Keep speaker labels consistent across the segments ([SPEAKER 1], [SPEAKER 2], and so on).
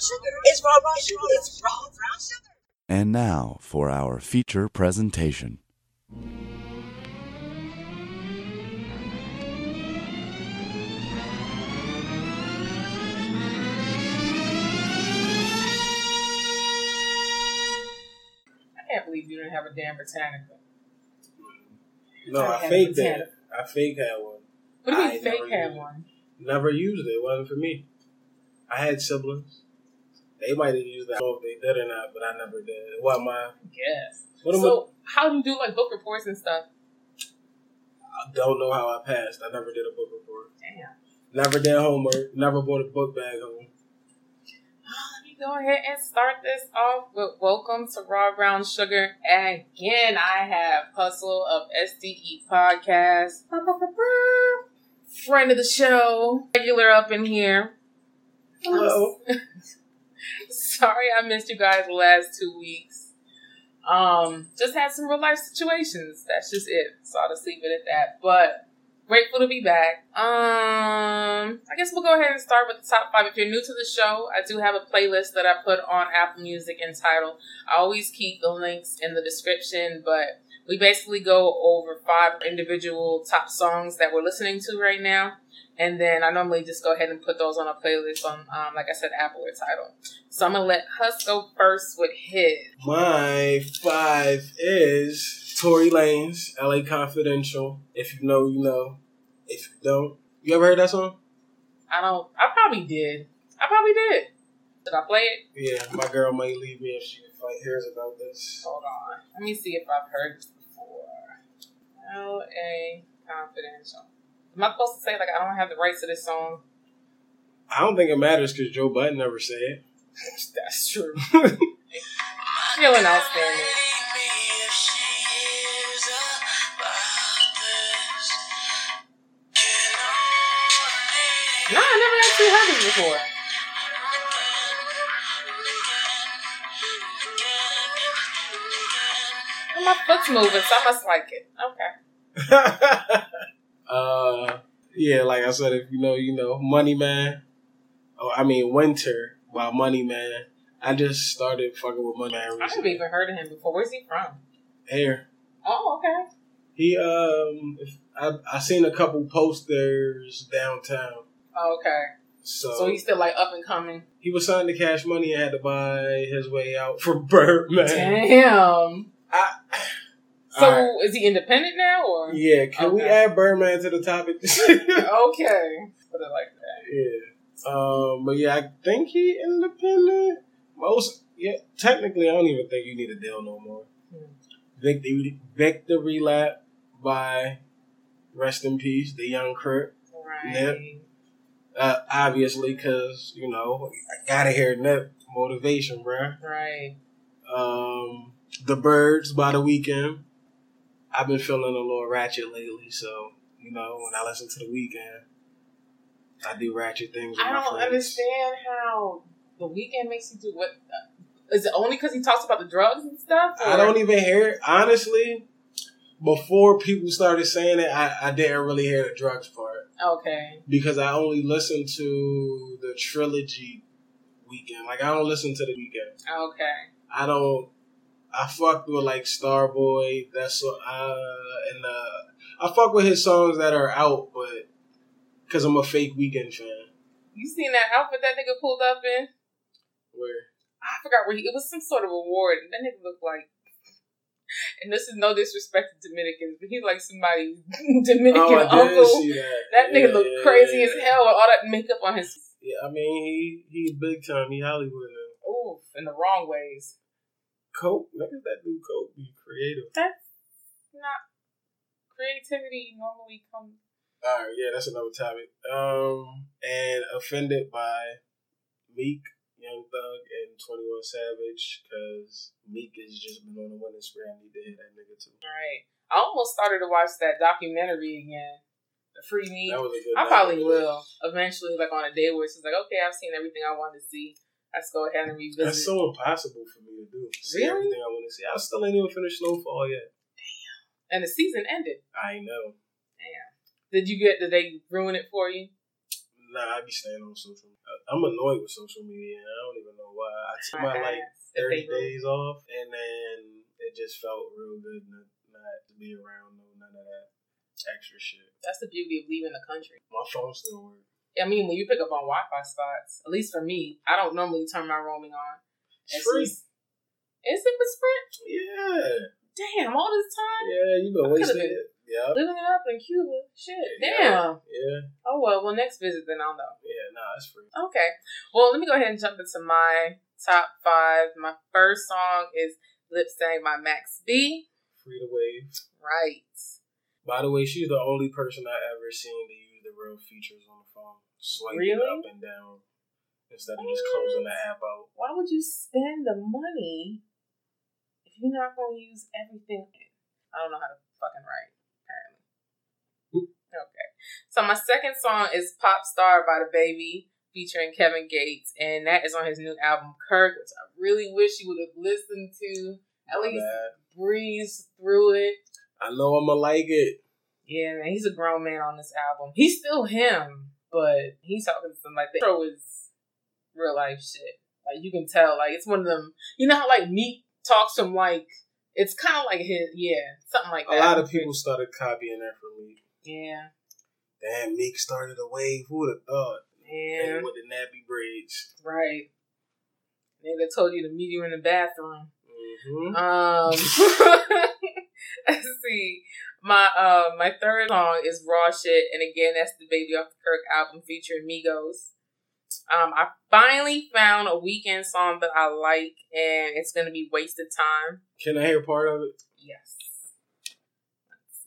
[SPEAKER 1] sugar. It's raw brown sugar. It's raw brown sugar.
[SPEAKER 2] And now for our feature presentation.
[SPEAKER 3] I can't believe you didn't have a damn Britannica.
[SPEAKER 4] No,
[SPEAKER 3] I
[SPEAKER 4] I,
[SPEAKER 3] had
[SPEAKER 4] faked
[SPEAKER 3] one,
[SPEAKER 4] that.
[SPEAKER 3] too.
[SPEAKER 4] I fake had one.
[SPEAKER 3] What do you
[SPEAKER 4] I
[SPEAKER 3] mean
[SPEAKER 4] never
[SPEAKER 3] fake had
[SPEAKER 4] used it.
[SPEAKER 3] one?
[SPEAKER 4] Never used it. It wasn't for me. I had siblings. They might have used it. I don't know if they did or not, but I never did. Why am I?
[SPEAKER 3] Yes.
[SPEAKER 4] What am
[SPEAKER 3] so how do you do like book reports and stuff?
[SPEAKER 4] I don't know how I passed. I never did a book report.
[SPEAKER 3] Damn.
[SPEAKER 4] Never did homework. Never brought a book bag home.
[SPEAKER 3] Let me go ahead and start this off with Welcome to Raw Brown Sugar. Again, I have Hustle of SDE Podcast. Friend of the show, regular up in here.
[SPEAKER 4] Hello.
[SPEAKER 3] Sorry I missed you guys the last two weeks. Um, just had some real life situations. That's just it. So I'll just leave it at that. But grateful to be back. Um, I guess we'll go ahead and start with the top five. If you're new to the show, I do have a playlist that I put on Apple Music entitled. I always keep the links in the description, but we basically go over five individual top songs that we're listening to right now. And then I normally just go ahead and put those on a playlist on, um, like I said, Apple or Title. So I'm gonna let Hus go first with his.
[SPEAKER 4] My five is Tory Lanez, LA Confidential. If you know, you know. If you don't, you ever heard that song?
[SPEAKER 3] I don't. I probably did. I probably did. Did I play it?
[SPEAKER 4] Yeah, my girl might leave me if she like, hears about this.
[SPEAKER 3] Hold on. Let me see if I've heard this before. L A Confidential. Am I supposed to say like I don't have the rights to this song?
[SPEAKER 4] I don't think it matters because Joe Button never said it.
[SPEAKER 3] That's true. Feeling outstanding. No, I never actually heard this before. Well, My foot's moving, so I must like it. Okay.
[SPEAKER 4] uh, yeah, like I said, if you know, you know, Money Man. Oh, I mean, Winter by Money Man. I just started fucking with Money Man
[SPEAKER 3] I haven't
[SPEAKER 4] recently.
[SPEAKER 3] even heard of him before. Where's he from?
[SPEAKER 4] Here,
[SPEAKER 3] Oh, okay.
[SPEAKER 4] he um, if, I I seen a couple posters downtown.
[SPEAKER 3] Oh, Okay.
[SPEAKER 4] So,
[SPEAKER 3] So he's still like up and coming.
[SPEAKER 4] he was signed to Cash Money and had to buy his way out for Birdman.
[SPEAKER 3] Damn.
[SPEAKER 4] I-
[SPEAKER 3] so
[SPEAKER 4] Alright.
[SPEAKER 3] is he independent now or?
[SPEAKER 4] Yeah, can we
[SPEAKER 3] Okay.
[SPEAKER 4] add Birdman to the topic?
[SPEAKER 3] Okay. Put it like that.
[SPEAKER 4] Yeah. Um, but yeah, I think he independent. Most yeah, technically I don't even think you need a deal no more.
[SPEAKER 3] Hmm.
[SPEAKER 4] Victory Victory Lap by Rest in Peace, the young crook.
[SPEAKER 3] Right.
[SPEAKER 4] Uh, obviously, cause you know I gotta hear that motivation, bruh.
[SPEAKER 3] Right.
[SPEAKER 4] Um, the Birds by the Weekend. I've been feeling a little ratchet lately, so you know when I listen to the Weekend, I do ratchet things. With
[SPEAKER 3] I
[SPEAKER 4] my
[SPEAKER 3] don't
[SPEAKER 4] friends.
[SPEAKER 3] understand how the weekend makes you do what. uh, Is it only because he talks about the drugs and stuff?
[SPEAKER 4] I
[SPEAKER 3] or-
[SPEAKER 4] don't even hear it. Honestly, before people started saying it, I, I didn't really hear the drugs part
[SPEAKER 3] Okay.
[SPEAKER 4] because I only listened to the trilogy weekend. Like, I don't listen to the weekend.
[SPEAKER 3] Okay.
[SPEAKER 4] I don't. I fuck with like Starboy. That's so. Uh, and uh, I fuck with his songs that are out, but because I'm a fake weekend fan.
[SPEAKER 3] You seen that outfit that nigga pulled up in?
[SPEAKER 4] Where
[SPEAKER 3] I forgot where he. It was some sort of award, and that nigga looked like. And this is no disrespect to Dominicans, but he's like somebody Dominican
[SPEAKER 4] oh, I did
[SPEAKER 3] uncle.
[SPEAKER 4] see that.
[SPEAKER 3] That nigga
[SPEAKER 4] Yeah,
[SPEAKER 3] looked
[SPEAKER 4] yeah,
[SPEAKER 3] crazy
[SPEAKER 4] yeah,
[SPEAKER 3] as
[SPEAKER 4] yeah.
[SPEAKER 3] hell with all that makeup on his
[SPEAKER 4] Yeah, I mean he he big time. He Hollywood now.
[SPEAKER 3] oof in the wrong ways.
[SPEAKER 4] Cope, niggas that do cope be creative.
[SPEAKER 3] That's not creativity normally comes.
[SPEAKER 4] All right, yeah, that's another topic. Um, and offended by Meek, Young Thug, and Twenty One Savage because Meek has just been on a winning spree. I need to hit that nigga too.
[SPEAKER 3] All right, I almost started to watch that documentary again, the Free Me.
[SPEAKER 4] That was a good.
[SPEAKER 3] I
[SPEAKER 4] night.
[SPEAKER 3] probably will eventually, like on a day where it's just like, okay, I've seen everything I wanted to see. Let's go ahead and revisit.
[SPEAKER 4] That's so impossible for me to do. See
[SPEAKER 3] Really?
[SPEAKER 4] everything I want to see. I still ain't even finished Snowfall yet.
[SPEAKER 3] and the season ended.
[SPEAKER 4] I know.
[SPEAKER 3] Did you get? Did they ruin it for you?
[SPEAKER 4] Nah, I be staying on social. media. I'm annoyed with social media. and I don't even took my like
[SPEAKER 3] ass if
[SPEAKER 4] thirty
[SPEAKER 3] they were-
[SPEAKER 4] days off, and then it just felt real good not, not to be around no none of that extra shit.
[SPEAKER 3] That's the beauty of leaving the country.
[SPEAKER 4] My phone still works.
[SPEAKER 3] I mean, when you pick up on Wi-Fi spots, at least for me, I don't normally turn my roaming on.
[SPEAKER 4] It's
[SPEAKER 3] It's
[SPEAKER 4] free.
[SPEAKER 3] just- Is it with Sprint?
[SPEAKER 4] Yeah,
[SPEAKER 3] Damn, all this time
[SPEAKER 4] yeah, you been
[SPEAKER 3] I could've
[SPEAKER 4] wasting
[SPEAKER 3] been-
[SPEAKER 4] it. Yeah,
[SPEAKER 3] living it up in Cuba. Shit, damn.
[SPEAKER 4] yeah,
[SPEAKER 3] Oh well, well next visit then I'll know.
[SPEAKER 4] yeah. Nah, it's free.
[SPEAKER 3] Okay. Well, let me go ahead and jump into my top five. My first song is Lip Sync by Max B.
[SPEAKER 4] Free to wave.
[SPEAKER 3] Right.
[SPEAKER 4] By the way, she's the only person I ever seen to use the real features on the phone, swiping
[SPEAKER 3] Really?
[SPEAKER 4] up and down instead of just closing the app out.
[SPEAKER 3] Why would you spend the money if you're not going to use everything? I don't know how to fucking write, apparently. Okay. So my second song is Pop Star by The Baby featuring Kevin Gates, and that is on his new album Kirk, which I really wish you would have listened to. At
[SPEAKER 4] My
[SPEAKER 3] least
[SPEAKER 4] bad.
[SPEAKER 3] breeze through it.
[SPEAKER 4] I know I'ma like it.
[SPEAKER 3] Yeah, man, he's a grown man on this album. He's still him, but he's talking some like the intro is real life shit. Like you can tell, like it's one of them. You know how like Meek talks some like it's kind of like his yeah something like
[SPEAKER 4] A
[SPEAKER 3] that.
[SPEAKER 4] lot of people started copying that from me.
[SPEAKER 3] Yeah,
[SPEAKER 4] Damn, Meek started a wave. Who would have thought? And
[SPEAKER 3] yeah,
[SPEAKER 4] with the nappy braids.
[SPEAKER 3] right. Nigga told you to meet you in the bathroom.
[SPEAKER 4] Mm-hmm.
[SPEAKER 3] Um, let's see. My uh, my third song is Raw Shit, and again, that's the Baby Off the Kirk album featuring Migos. Um, I finally found a weekend song that I like, and it's gonna be Wasted Time.
[SPEAKER 4] Can I hear part of it?
[SPEAKER 3] Yes,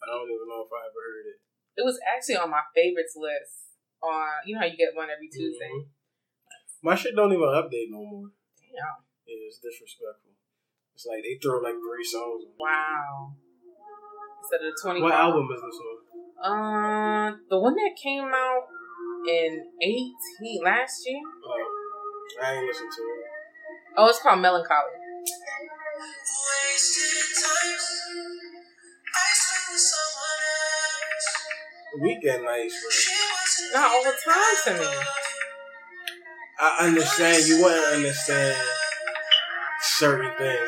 [SPEAKER 4] I don't even know if I ever heard it.
[SPEAKER 3] it was actually on my favorites list. On you know how you get one every Tuesday.
[SPEAKER 4] Mhm. My shit don't even update no more.
[SPEAKER 3] Damn.
[SPEAKER 4] Yeah, it's disrespectful. It's like they throw like three songs. on it.
[SPEAKER 3] Wow. Instead of the twenty.
[SPEAKER 4] What album is this on?
[SPEAKER 3] Uh, the one that came out in eighteen last year.
[SPEAKER 4] Oh, I ain't listen to it.
[SPEAKER 3] Oh, it's called Melancholy.
[SPEAKER 4] Weekend nights, bro.
[SPEAKER 3] Not all the time to me.
[SPEAKER 4] I understand you wouldn't understand certain things.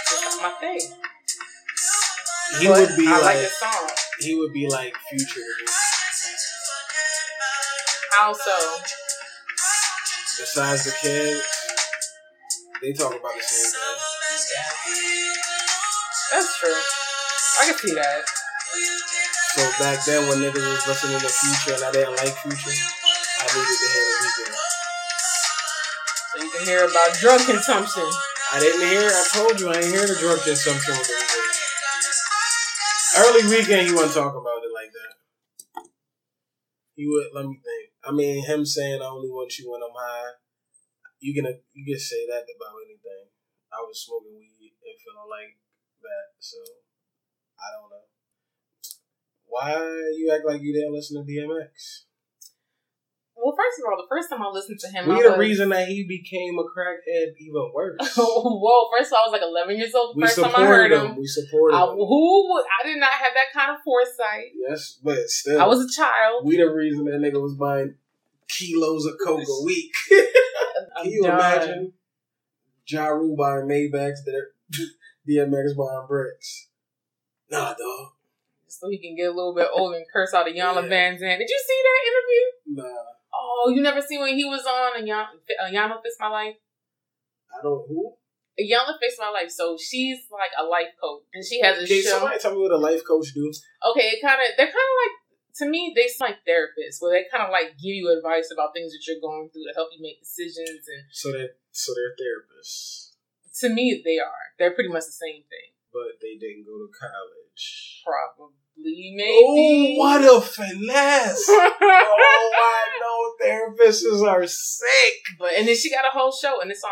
[SPEAKER 3] It's not my thing.
[SPEAKER 4] He
[SPEAKER 3] But
[SPEAKER 4] would be
[SPEAKER 3] I like
[SPEAKER 4] like,
[SPEAKER 3] the song.
[SPEAKER 4] he would be like future. to me.
[SPEAKER 3] How so?
[SPEAKER 4] Besides the kids, they talk about the same thing.
[SPEAKER 3] That's true. I can see that.
[SPEAKER 4] So back then, when niggas was listening to Future and I didn't like Future, I needed to hear the Weekend.
[SPEAKER 3] So you can hear about drug consumption.
[SPEAKER 4] I didn't hear. I told you I ain't hear the drug consumption with the Weekend. Early Weekend, he wasn't talking about it like that. He would. Let me think. I mean, him saying I only want you when I'm high. You can you can say that about anything. I was smoking weed and feeling like that, so I don't know. Why you act like you didn't listen to DMX?
[SPEAKER 3] Well, first of all, the first time I listened to him, I
[SPEAKER 4] We the
[SPEAKER 3] was-
[SPEAKER 4] reason that he became a crackhead even worse.
[SPEAKER 3] Whoa! First of all, I was like 11 years old. The
[SPEAKER 4] we
[SPEAKER 3] first time I heard
[SPEAKER 4] supported him.
[SPEAKER 3] him,
[SPEAKER 4] We supported
[SPEAKER 3] I,
[SPEAKER 4] him.
[SPEAKER 3] who would- I did not have that kind of foresight.
[SPEAKER 4] Yes, but still,
[SPEAKER 3] I was a child.
[SPEAKER 4] we the reason that nigga was buying kilos of coke a week.
[SPEAKER 3] I'm
[SPEAKER 4] Can you
[SPEAKER 3] done.
[SPEAKER 4] imagine? Ja Rule buying Maybachs, there, DMX buying bricks. Nah, dog.
[SPEAKER 3] So he can get a little bit older and curse out of Yana
[SPEAKER 4] Yeah.
[SPEAKER 3] Van Zandt. Did you see that interview?
[SPEAKER 4] Nah,
[SPEAKER 3] Oh, you never seen when he was on Yana, Yana Fix My Life?
[SPEAKER 4] I don't. Who?
[SPEAKER 3] Yana Fix My Life. So she's like a life coach and she has a
[SPEAKER 4] Can
[SPEAKER 3] show.
[SPEAKER 4] somebody tell me what a life coach do?
[SPEAKER 3] okay, it kind of they're kind of like to me they sound like therapists where they kind of like give you advice about things that you're going through to help you make decisions. And
[SPEAKER 4] So that so they're therapists,
[SPEAKER 3] to me, they are they're pretty much the same thing.
[SPEAKER 4] but they didn't go to college.
[SPEAKER 3] Probably,
[SPEAKER 4] Oh,
[SPEAKER 3] maybe.
[SPEAKER 4] what a finesse! oh, I know therapists are sick.
[SPEAKER 3] but and then she got a whole show and it's on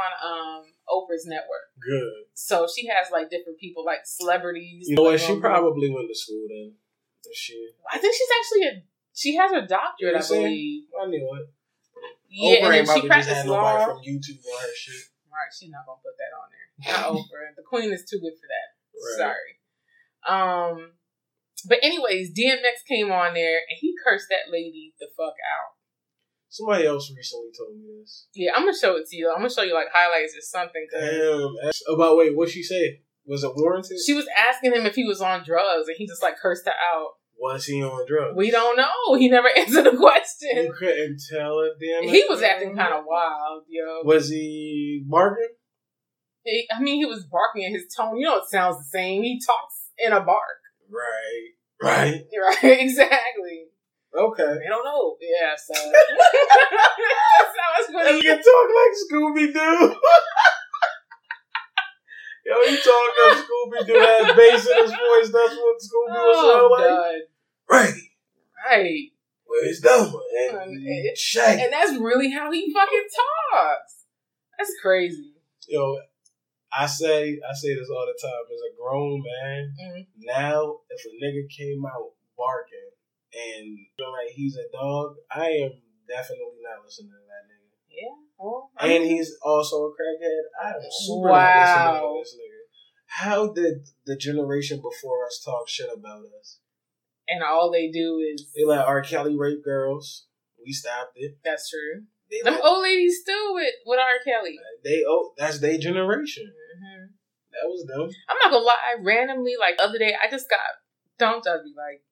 [SPEAKER 3] um Oprah's network.
[SPEAKER 4] Good.
[SPEAKER 3] So she has like different people like celebrities.
[SPEAKER 4] You know what?
[SPEAKER 3] like,
[SPEAKER 4] She
[SPEAKER 3] on-
[SPEAKER 4] probably went to school then. Is she?
[SPEAKER 3] I think she's actually a she has her doctorate,
[SPEAKER 4] You
[SPEAKER 3] I
[SPEAKER 4] see?
[SPEAKER 3] believe.
[SPEAKER 4] I knew it.
[SPEAKER 3] Yeah,
[SPEAKER 4] Oprah
[SPEAKER 3] and
[SPEAKER 4] ain't
[SPEAKER 3] then she
[SPEAKER 4] probably just had
[SPEAKER 3] practiced
[SPEAKER 4] nobody
[SPEAKER 3] law.
[SPEAKER 4] from YouTube on her shit.
[SPEAKER 3] Alright, she's not gonna put that on there. Not Oprah. The Queen is too good for that.
[SPEAKER 4] Right.
[SPEAKER 3] Sorry. Um but anyways, DMX came on there and he cursed that lady the fuck out.
[SPEAKER 4] Somebody else recently told me this.
[SPEAKER 3] Yeah, I'm gonna show it to you. I'm gonna show you like highlights or something. 'cause
[SPEAKER 4] Damn. That's, about wait, what she say? Was it warranted?
[SPEAKER 3] She was asking him if he was on drugs, and he just like cursed her out.
[SPEAKER 4] was he on drugs?
[SPEAKER 3] We don't know. He never answered the question.
[SPEAKER 4] You couldn't tell if damn.
[SPEAKER 3] He was acting kind of wild, yo.
[SPEAKER 4] Was he barking?
[SPEAKER 3] He- I mean, he was barking in his tone. You know, it sounds the same. He talks in a bark,
[SPEAKER 4] Right. Right.
[SPEAKER 3] right? exactly.
[SPEAKER 4] Okay.
[SPEAKER 3] They don't know. Yeah, so that's how it's
[SPEAKER 4] And
[SPEAKER 3] going.
[SPEAKER 4] you can talk like Scooby Doo. Yo, you talk like Scooby Doo had bass in his voice. That's what
[SPEAKER 3] Oh,
[SPEAKER 4] Scooby was sound like.
[SPEAKER 3] God.
[SPEAKER 4] Right.
[SPEAKER 3] Right.
[SPEAKER 4] Where's Delma?
[SPEAKER 3] Um,
[SPEAKER 4] And
[SPEAKER 3] it-
[SPEAKER 4] Shaggy.
[SPEAKER 3] And that's really how he fucking talks. That's crazy.
[SPEAKER 4] Yo, I say I say this all the time. As a grown man,
[SPEAKER 3] Mhm.
[SPEAKER 4] now if a nigga came out barking and feel like he's a dog, I am definitely not listening to that nigga.
[SPEAKER 3] Yeah. Well, I
[SPEAKER 4] and
[SPEAKER 3] mean,
[SPEAKER 4] he's also a crackhead. I am super not listening
[SPEAKER 3] Wow.
[SPEAKER 4] to this nigga. How did the generation before us talk shit about us?
[SPEAKER 3] and all they do is
[SPEAKER 4] They let R. Kelly rape girls. We stopped it.
[SPEAKER 3] that's true.
[SPEAKER 4] They,
[SPEAKER 3] Them
[SPEAKER 4] let-
[SPEAKER 3] old ladies still with with R. Kelly.
[SPEAKER 4] they oh, that's their generation.
[SPEAKER 3] hmm
[SPEAKER 4] That was them.
[SPEAKER 3] I'm not gonna lie. I randomly like the other day I just got don't judge me like.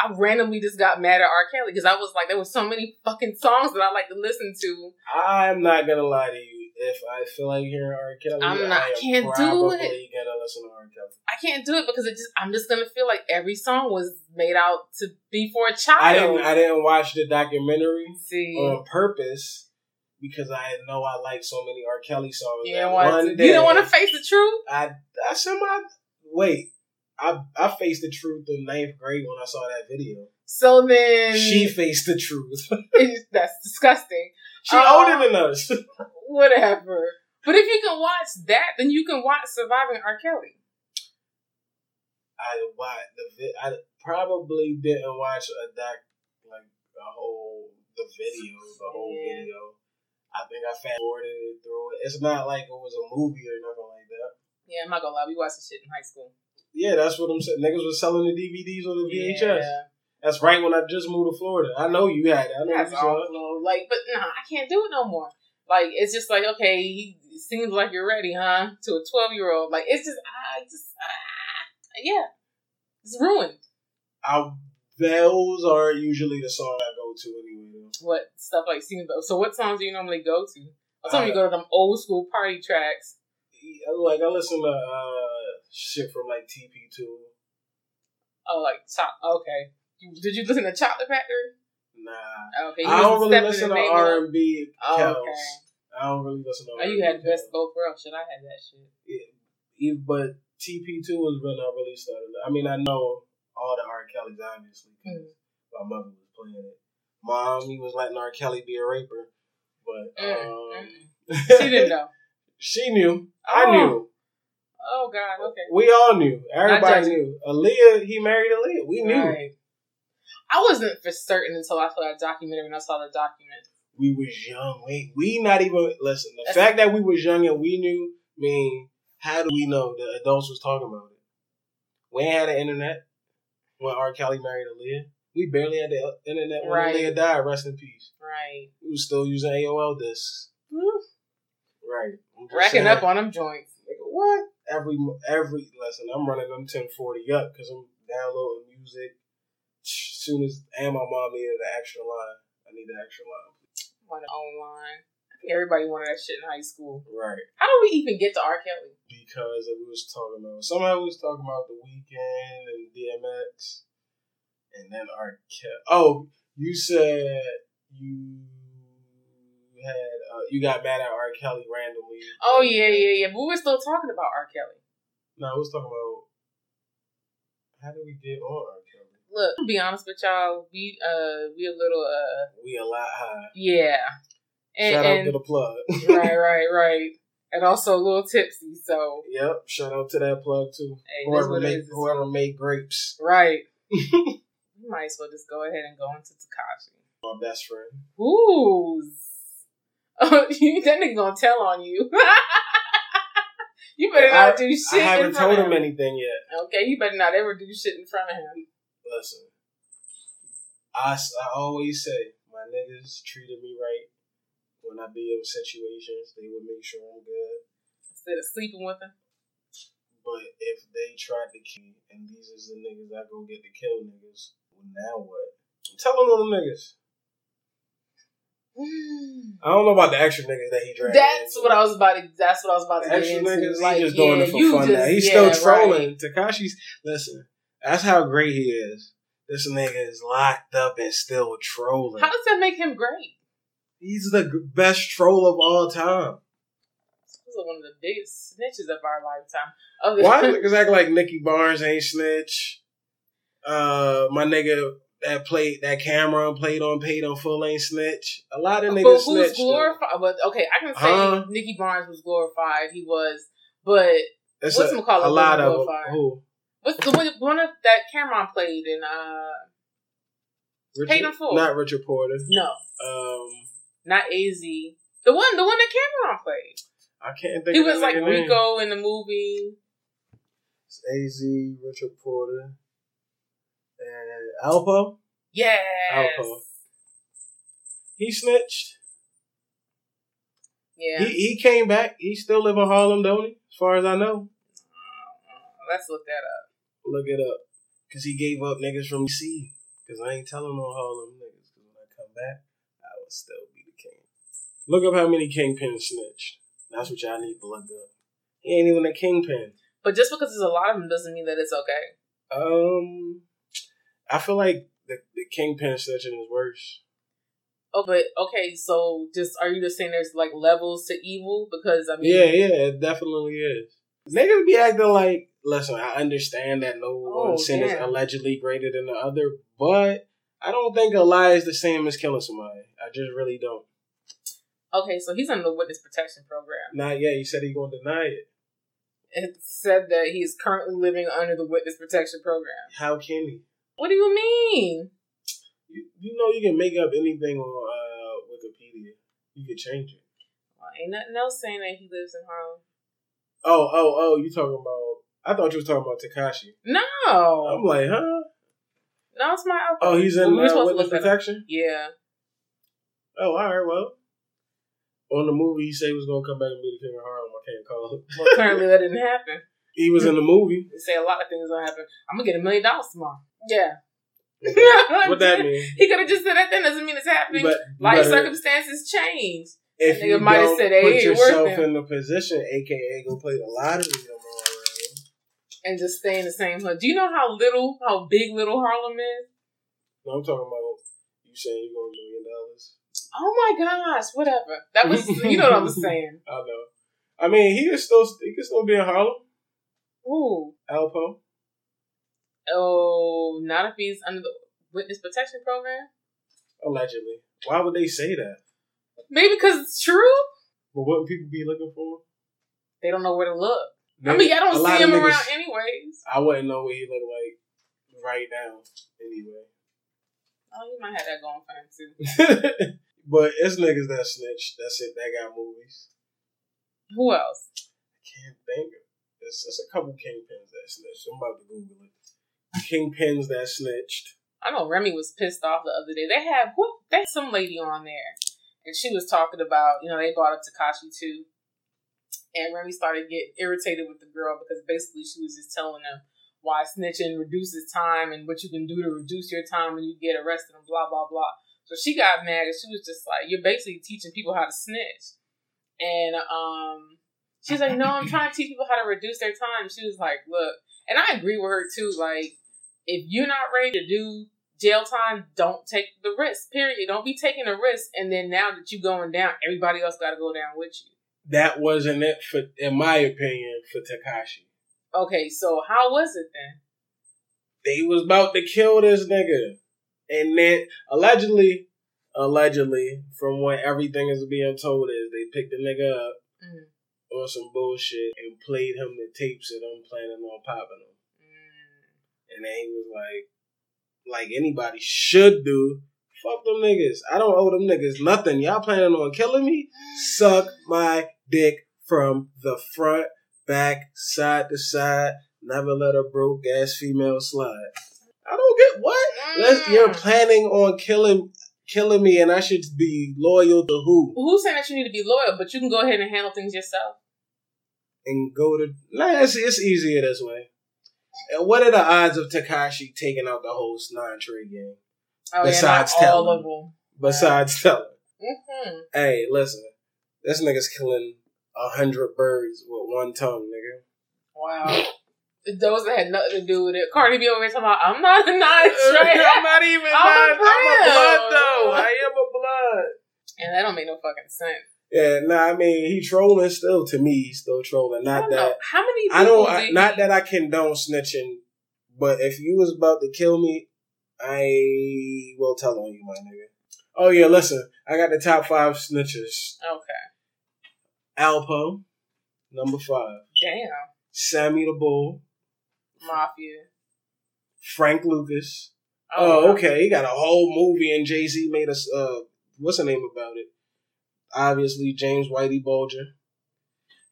[SPEAKER 3] I randomly just got mad at R. Kelly because I was like, there were so many fucking songs that I like to listen to.
[SPEAKER 4] I'm not gonna lie to you. If I feel like hearing R. Kelly,
[SPEAKER 3] I'm not-
[SPEAKER 4] I am
[SPEAKER 3] can't do
[SPEAKER 4] probably
[SPEAKER 3] it.
[SPEAKER 4] gonna listen to R. Kelly.
[SPEAKER 3] I can't do it because it just I'm just gonna feel like every song was made out to be for a child.
[SPEAKER 4] I didn't. I Oh, didn't watch the documentary
[SPEAKER 3] See,
[SPEAKER 4] on purpose because I know I like so many R. Kelly songs.
[SPEAKER 3] you
[SPEAKER 4] that
[SPEAKER 3] don't want
[SPEAKER 4] one
[SPEAKER 3] to, you don't want
[SPEAKER 4] day-
[SPEAKER 3] to face the truth.
[SPEAKER 4] I I somehow wait. I I faced the truth in ninth grade when I saw that video.
[SPEAKER 3] So then
[SPEAKER 4] she faced the truth.
[SPEAKER 3] that's disgusting.
[SPEAKER 4] she
[SPEAKER 3] Oh.
[SPEAKER 4] older than us.
[SPEAKER 3] Whatever. But if you can watch that, then you can watch Surviving R. Kelly.
[SPEAKER 4] I watched the vi- I probably didn't watch a doc like the whole the video the whole
[SPEAKER 3] Yeah.
[SPEAKER 4] video. I think I fast forwarded it through it. It's not like it was a movie or nothing like that.
[SPEAKER 3] Yeah, I'm not gonna lie, we watched this shit in high school.
[SPEAKER 4] Yeah, that's what I'm saying. Niggas was selling the DVDs on the VHS.
[SPEAKER 3] Yeah.
[SPEAKER 4] That's right when I just moved to Florida. I know you had it. I know
[SPEAKER 3] That's
[SPEAKER 4] you saw it.
[SPEAKER 3] awful. Like, but nah, I can't do it no more. Like, it's just like, okay, you- it seems like you're ready, huh? To a 12 year old. Like, it's just, I just, ah, yeah. It's ruined.
[SPEAKER 4] I those are usually the song I go to anyway. Though.
[SPEAKER 3] What stuff like seems though. So, what songs do you normally go to? What
[SPEAKER 4] Uh,
[SPEAKER 3] time you go to them old school party tracks?
[SPEAKER 4] I- Like I listen to uh, shit from like TP two.
[SPEAKER 3] Oh, like, top, okay. You, did you listen to Chocolate Factory?
[SPEAKER 4] Nah,
[SPEAKER 3] Okay, you
[SPEAKER 4] I don't
[SPEAKER 3] was
[SPEAKER 4] really
[SPEAKER 3] stepping
[SPEAKER 4] listen
[SPEAKER 3] and
[SPEAKER 4] to
[SPEAKER 3] making
[SPEAKER 4] R
[SPEAKER 3] up.
[SPEAKER 4] and B.
[SPEAKER 3] Oh, okay.
[SPEAKER 4] I don't really listen to.
[SPEAKER 3] Oh, you had the
[SPEAKER 4] R&B
[SPEAKER 3] best of
[SPEAKER 4] cows.
[SPEAKER 3] both worlds. Should I had that shit?
[SPEAKER 4] Yeah, but TP two was when I really started. I mean, I know all the R Kelly's obviously. 'cause
[SPEAKER 3] Mm.
[SPEAKER 4] My mother was playing it. Mom, he was letting R Kelly be a raper, but
[SPEAKER 3] Mm,
[SPEAKER 4] um,
[SPEAKER 3] mm. She didn't know.
[SPEAKER 4] she knew. I
[SPEAKER 3] Oh.
[SPEAKER 4] knew.
[SPEAKER 3] Oh God. Okay.
[SPEAKER 4] We all knew. Everybody
[SPEAKER 3] judging.
[SPEAKER 4] knew. Aaliyah, he married Aaliyah. We knew.
[SPEAKER 3] Right. I wasn't for certain until I saw that documentary and I saw the document.
[SPEAKER 4] We was young. We we not even listen. The
[SPEAKER 3] That's-
[SPEAKER 4] fact that we was young and we knew mean how do we know the adults was talking about it? We ain't had the internet when R. Kelly married Aaliyah. We barely had the internet when
[SPEAKER 3] Right.
[SPEAKER 4] Aaliyah died. Rest in peace.
[SPEAKER 3] Right.
[SPEAKER 4] We was still using AOL discs. Right. I'm just
[SPEAKER 3] Racking
[SPEAKER 4] saying.
[SPEAKER 3] up on them joints.
[SPEAKER 4] Nigga, what? Every every lesson, I'm running them 1040 up because I'm downloading music. Soon as and my mom needed an extra line, I need an extra line.
[SPEAKER 3] On online. Everybody wanted that shit in high school.
[SPEAKER 4] Right.
[SPEAKER 3] How do we even get to R. Kelly?
[SPEAKER 4] Because we was talking about somehow we was talking about the weekend and DMX, and then our Ke- oh you said you had uh, you got mad at R Kelly randomly.
[SPEAKER 3] Oh yeah, yeah, yeah. But we're still talking about R. Kelly.
[SPEAKER 4] No, we was talking about how do we get on R Kelly?
[SPEAKER 3] Look, to be honest with y'all, we uh we a little uh
[SPEAKER 4] We a lot high.
[SPEAKER 3] yeah. And,
[SPEAKER 4] Shout out
[SPEAKER 3] and-
[SPEAKER 4] to the plug.
[SPEAKER 3] right, right, right. And also a little tipsy, so
[SPEAKER 4] Yep. Shout out to that plug too.
[SPEAKER 3] hey, that's
[SPEAKER 4] Whoever
[SPEAKER 3] what it
[SPEAKER 4] made
[SPEAKER 3] is.
[SPEAKER 4] whoever made grapes.
[SPEAKER 3] Right. you might as well just go ahead and go into Takashi.
[SPEAKER 4] My best friend.
[SPEAKER 3] Ooh. Oh, you that nigga gonna tell on you. you better not do shit.
[SPEAKER 4] I haven't
[SPEAKER 3] in front
[SPEAKER 4] told
[SPEAKER 3] of
[SPEAKER 4] him anything yet.
[SPEAKER 3] Okay, you better not ever do shit in front of him.
[SPEAKER 4] Listen, I, s- I always say my niggas treated me right When I be in situations, they would make sure I'm good.
[SPEAKER 3] Instead of sleeping with him.
[SPEAKER 4] But if they tried to kill, me, and these is the niggas I go get to kill niggas, well, now what? I'm telling on them niggas. I don't know about the extra niggas that he dragged.
[SPEAKER 3] That's
[SPEAKER 4] into
[SPEAKER 3] what
[SPEAKER 4] it.
[SPEAKER 3] I was about to. That's what I was about to
[SPEAKER 4] The
[SPEAKER 3] get
[SPEAKER 4] extra
[SPEAKER 3] into.
[SPEAKER 4] niggas,
[SPEAKER 3] Like,
[SPEAKER 4] he just doing
[SPEAKER 3] yeah,
[SPEAKER 4] it
[SPEAKER 3] you
[SPEAKER 4] for fun now.
[SPEAKER 3] just-
[SPEAKER 4] He's
[SPEAKER 3] yeah,
[SPEAKER 4] still
[SPEAKER 3] right.
[SPEAKER 4] trolling. Takashi's listen. That's how great he is. This nigga is locked up and still trolling.
[SPEAKER 3] How does that make him great?
[SPEAKER 4] He's the g- best troll of all time.
[SPEAKER 3] This is one of the biggest snitches of our lifetime. Of the-
[SPEAKER 4] Why niggas act like Nicky Barnes ain't snitch? Uh, my nigga that played that Cameron played on paid on full ain't snitch. A lot of
[SPEAKER 3] but who's
[SPEAKER 4] niggas snitch. though.
[SPEAKER 3] glorified? But okay, I can say
[SPEAKER 4] Huh?
[SPEAKER 3] Nicky Barnes was glorified. He was, but
[SPEAKER 4] It's
[SPEAKER 3] what's
[SPEAKER 4] a,
[SPEAKER 3] him call it,
[SPEAKER 4] a lot of
[SPEAKER 3] glorified?
[SPEAKER 4] who
[SPEAKER 3] what's the one, one of that Cameron played in? Uh,
[SPEAKER 4] Richard,
[SPEAKER 3] Paid in Full.
[SPEAKER 4] Not Richard Porter.
[SPEAKER 3] no,
[SPEAKER 4] Um,
[SPEAKER 3] not Az. The one, the one that Cameron played.
[SPEAKER 4] I can't think.
[SPEAKER 3] He
[SPEAKER 4] of that
[SPEAKER 3] was like
[SPEAKER 4] nigga Name.
[SPEAKER 3] Rico in the movie.
[SPEAKER 4] It's Az Richard Porter and Alpo.
[SPEAKER 3] Yes.
[SPEAKER 4] Alpo. He snitched.
[SPEAKER 3] Yeah.
[SPEAKER 4] He he came back. He still live in Harlem, don't he? As far as I know.
[SPEAKER 3] Let's look that up.
[SPEAKER 4] Look it up. Because he gave up niggas from DC. Because I ain't telling no Harlem niggas. Because when I come back, I will still be the king. Look up how many kingpins snitched. That's what y'all need to look up. He ain't even a kingpin.
[SPEAKER 3] But just because there's a lot of them doesn't mean that it's okay.
[SPEAKER 4] Um, I feel like the, the kingpin snitching is worse.
[SPEAKER 3] Oh, but okay. So, just are you just saying there's like levels to evil? Because I mean,
[SPEAKER 4] Yeah, yeah, it definitely is. Niggas be acting like, listen, I understand that no one
[SPEAKER 3] Oh,
[SPEAKER 4] sin is
[SPEAKER 3] yeah.
[SPEAKER 4] allegedly greater than the other, but I don't think a lie is the same as killing somebody. I just really don't.
[SPEAKER 3] Okay, so he's under the witness protection program.
[SPEAKER 4] Not yet. He said he gonna deny it.
[SPEAKER 3] It said that he's currently living under the witness protection program.
[SPEAKER 4] How can he?
[SPEAKER 3] What do you mean?
[SPEAKER 4] You, you know you can make up anything on uh, Wikipedia. You can change it.
[SPEAKER 3] Well, ain't nothing else saying that he lives in Harlem.
[SPEAKER 4] Oh, oh, oh! You talking about? I thought you was talking about Takashi. I'm
[SPEAKER 3] No,
[SPEAKER 4] like, huh?
[SPEAKER 3] no, it's my.
[SPEAKER 4] Oh, he's in
[SPEAKER 3] We were
[SPEAKER 4] uh,
[SPEAKER 3] supposed to
[SPEAKER 4] witness
[SPEAKER 3] look that up.
[SPEAKER 4] protection.
[SPEAKER 3] Yeah,
[SPEAKER 4] Oh, all right. Well, on the movie, he said he was gonna come back and be the king of Harlem. I can't call it.
[SPEAKER 3] well, apparently that didn't happen.
[SPEAKER 4] He was in the movie.
[SPEAKER 3] They say a lot of things don't happen. I'm gonna get a million dollars tomorrow. Yeah.
[SPEAKER 4] What that mean?
[SPEAKER 3] He could have just said that. Then doesn't mean it's happening.
[SPEAKER 4] But
[SPEAKER 3] Life
[SPEAKER 4] better-
[SPEAKER 3] circumstances change.
[SPEAKER 4] if
[SPEAKER 3] That
[SPEAKER 4] you
[SPEAKER 3] nigga might have
[SPEAKER 4] don't
[SPEAKER 3] said, "Hey,
[SPEAKER 4] put
[SPEAKER 3] it ain't worth
[SPEAKER 4] yourself
[SPEAKER 3] it."
[SPEAKER 4] in the position, aka go play the lottery tomorrow.
[SPEAKER 3] and just stay in the same hood. Do you know how little, how big little Harlem is?
[SPEAKER 4] No, I'm talking about you saying you're going to million dollars.
[SPEAKER 3] Oh my gosh, whatever. That was, you know what I'm saying.
[SPEAKER 4] I know. I mean, he is still he can still be in Harlem.
[SPEAKER 3] Ooh.
[SPEAKER 4] Alpo.
[SPEAKER 3] Oh, not if he's under the witness protection program.
[SPEAKER 4] Allegedly. Why would they say that?
[SPEAKER 3] Maybe because it's true.
[SPEAKER 4] But wouldn't people be looking for
[SPEAKER 3] They don't know where to look.
[SPEAKER 4] him?
[SPEAKER 3] I mean, I
[SPEAKER 4] A
[SPEAKER 3] don't
[SPEAKER 4] lot
[SPEAKER 3] see
[SPEAKER 4] of
[SPEAKER 3] him
[SPEAKER 4] niggas-
[SPEAKER 3] around anyways.
[SPEAKER 4] I wouldn't know what he looked like right now, anyway.
[SPEAKER 3] Oh, he might have that going for him too.
[SPEAKER 4] but it's niggas that snitch. That's it. That got movies.
[SPEAKER 3] Who else?
[SPEAKER 4] Can't think of It's just a couple kingpins that snitched. I'm about to Google it. Kingpins that snitched.
[SPEAKER 3] I know Remy was pissed off the other day. They had who? They had some lady on there, and she was talking about you know they brought up Takashi too, and Remy started getting irritated with the girl because basically she was just telling them why snitching reduces time and what you can do to reduce your time when you get arrested and blah blah blah. So she got mad and she was just like, "You're basically teaching people how to snitch," and um. She's like, no, I'm trying to teach people how to reduce their time. She was like, look, and I agree with her too. Like, if you're not ready to do jail time, don't take the risk. Period. Don't be taking a risk, and then now that you going down, everybody else got to go down with you.
[SPEAKER 4] That wasn't it for, in my opinion, for Takashi.
[SPEAKER 3] Okay, so how was it then?
[SPEAKER 4] they was about to kill this nigga. And then allegedly, allegedly, from what everything is being told is they picked the nigga up
[SPEAKER 3] Mm.
[SPEAKER 4] on some bullshit and played him the tapes that I'm planning on popping him.
[SPEAKER 3] Mm.
[SPEAKER 4] And then he was like, like anybody should do. Fuck them niggas. I don't owe them niggas nothing. Y'all planning on killing me? Suck my dick from the front, back, side to side. Never let a broke Mm.
[SPEAKER 3] Mm.
[SPEAKER 4] ass female slide. I don't get what? Unless you're planning on killing killing me, and I should be loyal to who?
[SPEAKER 3] Who's saying that you need to be loyal, but you can go ahead and handle things yourself?
[SPEAKER 4] And go to. Nah, it's, it's easier this way. And what are the odds of Takashi taking out the whole nine tree gang?
[SPEAKER 3] Oh,
[SPEAKER 4] Besides
[SPEAKER 3] yeah, not all
[SPEAKER 4] telling.
[SPEAKER 3] of them.
[SPEAKER 4] Besides telling,
[SPEAKER 3] Mm-hmm.
[SPEAKER 4] hey, listen, this nigga's killing a hundred birds with one tongue, nigga.
[SPEAKER 3] Wow. Those that had nothing to do with it. Cardi B over here talking about, I'm not a nine
[SPEAKER 4] I'm
[SPEAKER 3] tree.
[SPEAKER 4] not even.
[SPEAKER 3] I'm a
[SPEAKER 4] I'm, I'm a blood
[SPEAKER 3] blood.
[SPEAKER 4] though. I am a blood.
[SPEAKER 3] and that don't make no fucking sense.
[SPEAKER 4] Yeah, nah. I mean, he trolling still. To me, he's still trolling.
[SPEAKER 3] I
[SPEAKER 4] Not
[SPEAKER 3] don't
[SPEAKER 4] that
[SPEAKER 3] know. How many people
[SPEAKER 4] I don't.
[SPEAKER 3] did
[SPEAKER 4] I,
[SPEAKER 3] he-
[SPEAKER 4] not that I condone snitching, but if you was about to kill me, I will tell on you, my nigga. Oh yeah, listen. I got the top five snitches.
[SPEAKER 3] Okay.
[SPEAKER 4] Alpo, number five.
[SPEAKER 3] Damn.
[SPEAKER 4] Sammy the Bull.
[SPEAKER 3] Mafia.
[SPEAKER 4] Frank Lucas. Oh,
[SPEAKER 3] wow.
[SPEAKER 4] okay. He got a whole movie, and Jay Z made us. Uh, what's the name about it? Obviously, James Whitey Bulger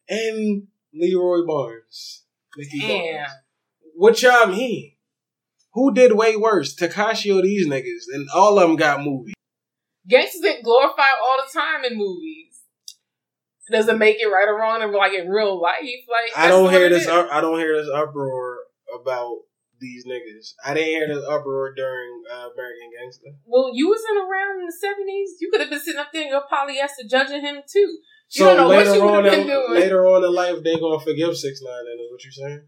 [SPEAKER 4] and Leroy Barnes. Nicky
[SPEAKER 3] Damn.
[SPEAKER 4] Barnes. What y'all mean? Who did way worse, Takashi or these niggas? And all of them got movies.
[SPEAKER 3] Gangsters get glorified all the time in movies. Does it make it right or wrong? And like in real life, like
[SPEAKER 4] I
[SPEAKER 3] that's
[SPEAKER 4] don't
[SPEAKER 3] what
[SPEAKER 4] hear
[SPEAKER 3] it
[SPEAKER 4] this.
[SPEAKER 3] is.
[SPEAKER 4] Up, I don't hear this uproar about these niggas. I didn't hear this uproar during uh, American Gangster.
[SPEAKER 3] Well, you wasn't around in the seventies. You could have been sitting up there in your polyester judging him too. You
[SPEAKER 4] So
[SPEAKER 3] don't know what
[SPEAKER 4] later
[SPEAKER 3] you would
[SPEAKER 4] on,
[SPEAKER 3] have been
[SPEAKER 4] in,
[SPEAKER 3] doing.
[SPEAKER 4] later on in life, they gonna forgive six nine. Then is what you're saying?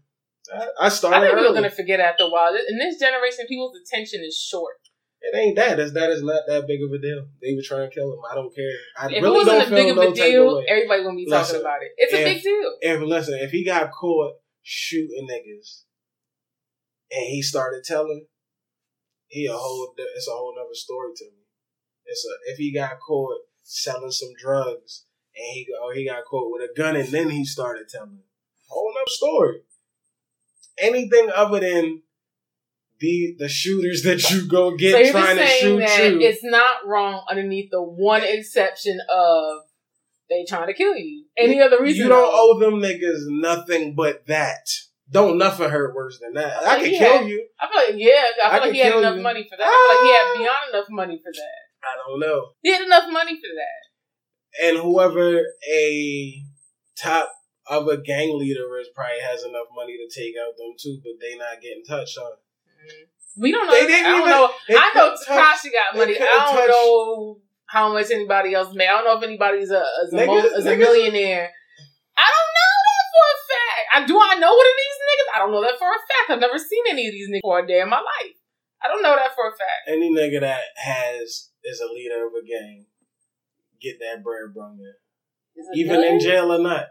[SPEAKER 4] I, I started.
[SPEAKER 3] I think we
[SPEAKER 4] early.
[SPEAKER 3] are gonna forget after a while. In this generation, people's attention is short.
[SPEAKER 4] It ain't that. It's, that is not that big of a deal. They were trying to kill him. I don't care. I
[SPEAKER 3] If
[SPEAKER 4] really
[SPEAKER 3] it
[SPEAKER 4] don't
[SPEAKER 3] wasn't a
[SPEAKER 4] feel
[SPEAKER 3] big of
[SPEAKER 4] no
[SPEAKER 3] a
[SPEAKER 4] type of
[SPEAKER 3] deal,
[SPEAKER 4] way.
[SPEAKER 3] everybody would be
[SPEAKER 4] Listen,
[SPEAKER 3] talking about it. It's a
[SPEAKER 4] if-
[SPEAKER 3] big deal.
[SPEAKER 4] If listen, if he got caught shooting niggas, and he started telling, he a whole. di- It's a whole other story to me. It's a if he got caught selling some drugs, and he or he got caught with a gun, and then he started telling, whole other story. Anything other than the the shooters that you go
[SPEAKER 3] So
[SPEAKER 4] get
[SPEAKER 3] you're just
[SPEAKER 4] trying to
[SPEAKER 3] saying
[SPEAKER 4] shoot
[SPEAKER 3] that
[SPEAKER 4] you.
[SPEAKER 3] it's not wrong underneath the one exception of they trying to kill you. Any other reason?
[SPEAKER 4] You don't
[SPEAKER 3] though.
[SPEAKER 4] owe them niggas nothing but that. Don't nothing hurt worse than that. I
[SPEAKER 3] Okay, Oh,
[SPEAKER 4] could
[SPEAKER 3] yeah.
[SPEAKER 4] kill you.
[SPEAKER 3] I feel like yeah, I feel
[SPEAKER 4] I
[SPEAKER 3] like
[SPEAKER 4] could
[SPEAKER 3] he had
[SPEAKER 4] kill
[SPEAKER 3] enough
[SPEAKER 4] you. Ah!
[SPEAKER 3] money for that. I feel like he had beyond enough money for that.
[SPEAKER 4] I don't know.
[SPEAKER 3] He had enough money for that.
[SPEAKER 4] And whoever a top of a gang leader is probably has enough money to take out them too, but they not getting touched on.
[SPEAKER 3] We don't know.
[SPEAKER 4] Mm. They didn't
[SPEAKER 3] I don't
[SPEAKER 4] even-
[SPEAKER 3] know.
[SPEAKER 4] they
[SPEAKER 3] I know
[SPEAKER 4] couldn't touch-
[SPEAKER 3] Takashi got
[SPEAKER 4] they
[SPEAKER 3] money. I
[SPEAKER 4] couldn't
[SPEAKER 3] don't
[SPEAKER 4] touch-
[SPEAKER 3] know how much anybody else made. I don't know if anybody's a is a, mo-
[SPEAKER 4] Niggas-
[SPEAKER 3] is a
[SPEAKER 4] niggas-
[SPEAKER 3] millionaire. I don't know that for a fact. I do. I know what of these niggas. I don't know that for a fact. I've never seen any of these niggas for a day in my life. I don't know that for a fact.
[SPEAKER 4] Any nigga that has is a leader of a gang, get that bread brung in.
[SPEAKER 3] Is it
[SPEAKER 4] Even in
[SPEAKER 3] million?
[SPEAKER 4] jail or not.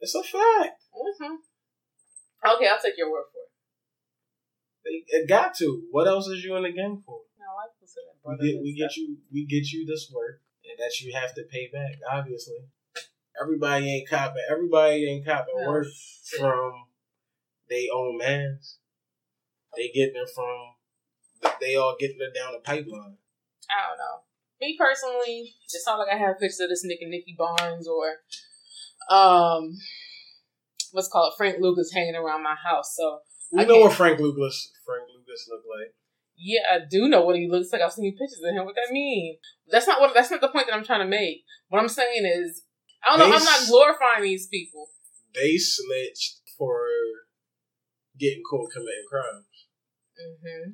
[SPEAKER 4] It's a fact.
[SPEAKER 3] Mhm. Okay, I'll take your word for it.
[SPEAKER 4] They, it got to. What else is you in the gang for?
[SPEAKER 3] No, I consider that
[SPEAKER 4] We
[SPEAKER 3] brother.
[SPEAKER 4] get, we get you we get you this work and that you have to pay back, obviously. Everybody ain't copping everybody ain't copping
[SPEAKER 3] Yeah.
[SPEAKER 4] work from they own mans. They getting it from they all getting it down the pipeline.
[SPEAKER 3] I don't know. Me personally, it's not like I have pictures of this nigga Nicky Barnes or um what's it called Frank Lucas hanging around my house. So
[SPEAKER 4] We
[SPEAKER 3] I
[SPEAKER 4] know
[SPEAKER 3] can't-
[SPEAKER 4] what Frank Lucas Frank Lucas look like.
[SPEAKER 3] yeah, I do know what he looks like. I've seen pictures of him. What that mean? That's not what that's not the point that I'm trying to make. What I'm saying is I don't know, I'm not
[SPEAKER 4] Base-
[SPEAKER 3] glorifying these people.
[SPEAKER 4] They snitched for getting caught committing crimes.
[SPEAKER 3] Mm-hmm.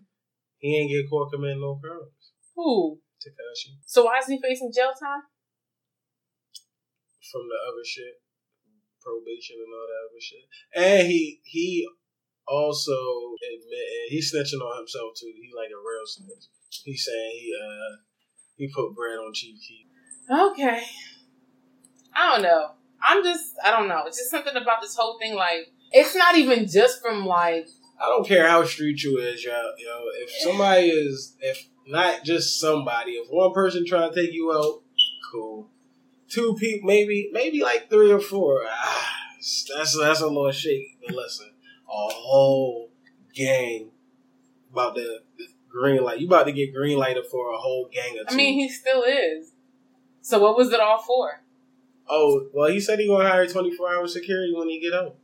[SPEAKER 4] He ain't get caught committing no crimes.
[SPEAKER 3] Who?
[SPEAKER 4] Takashi
[SPEAKER 3] So why is he facing jail time?
[SPEAKER 4] from the other shit, probation and all that other shit. And he he also admitted he's snitching on himself too. He like a real snitch. He's saying he uh he put bread on Chief Keef.
[SPEAKER 3] Okay. I don't know. I'm just I don't know. It's just something about this whole thing like it's not even just from like
[SPEAKER 4] I don't care how street you is, y'all. Yo, if somebody is if not just somebody, if one person trying to take you out, cool. Two people, maybe maybe like three or four. Ah, that's that's a little shaky. But listen, a whole gang about the green light. You about to get green lighted for a whole gang of two.
[SPEAKER 3] I mean, he still is. So what was it all for?
[SPEAKER 4] oh well, he said he gonna hire twenty four hour security when he get out.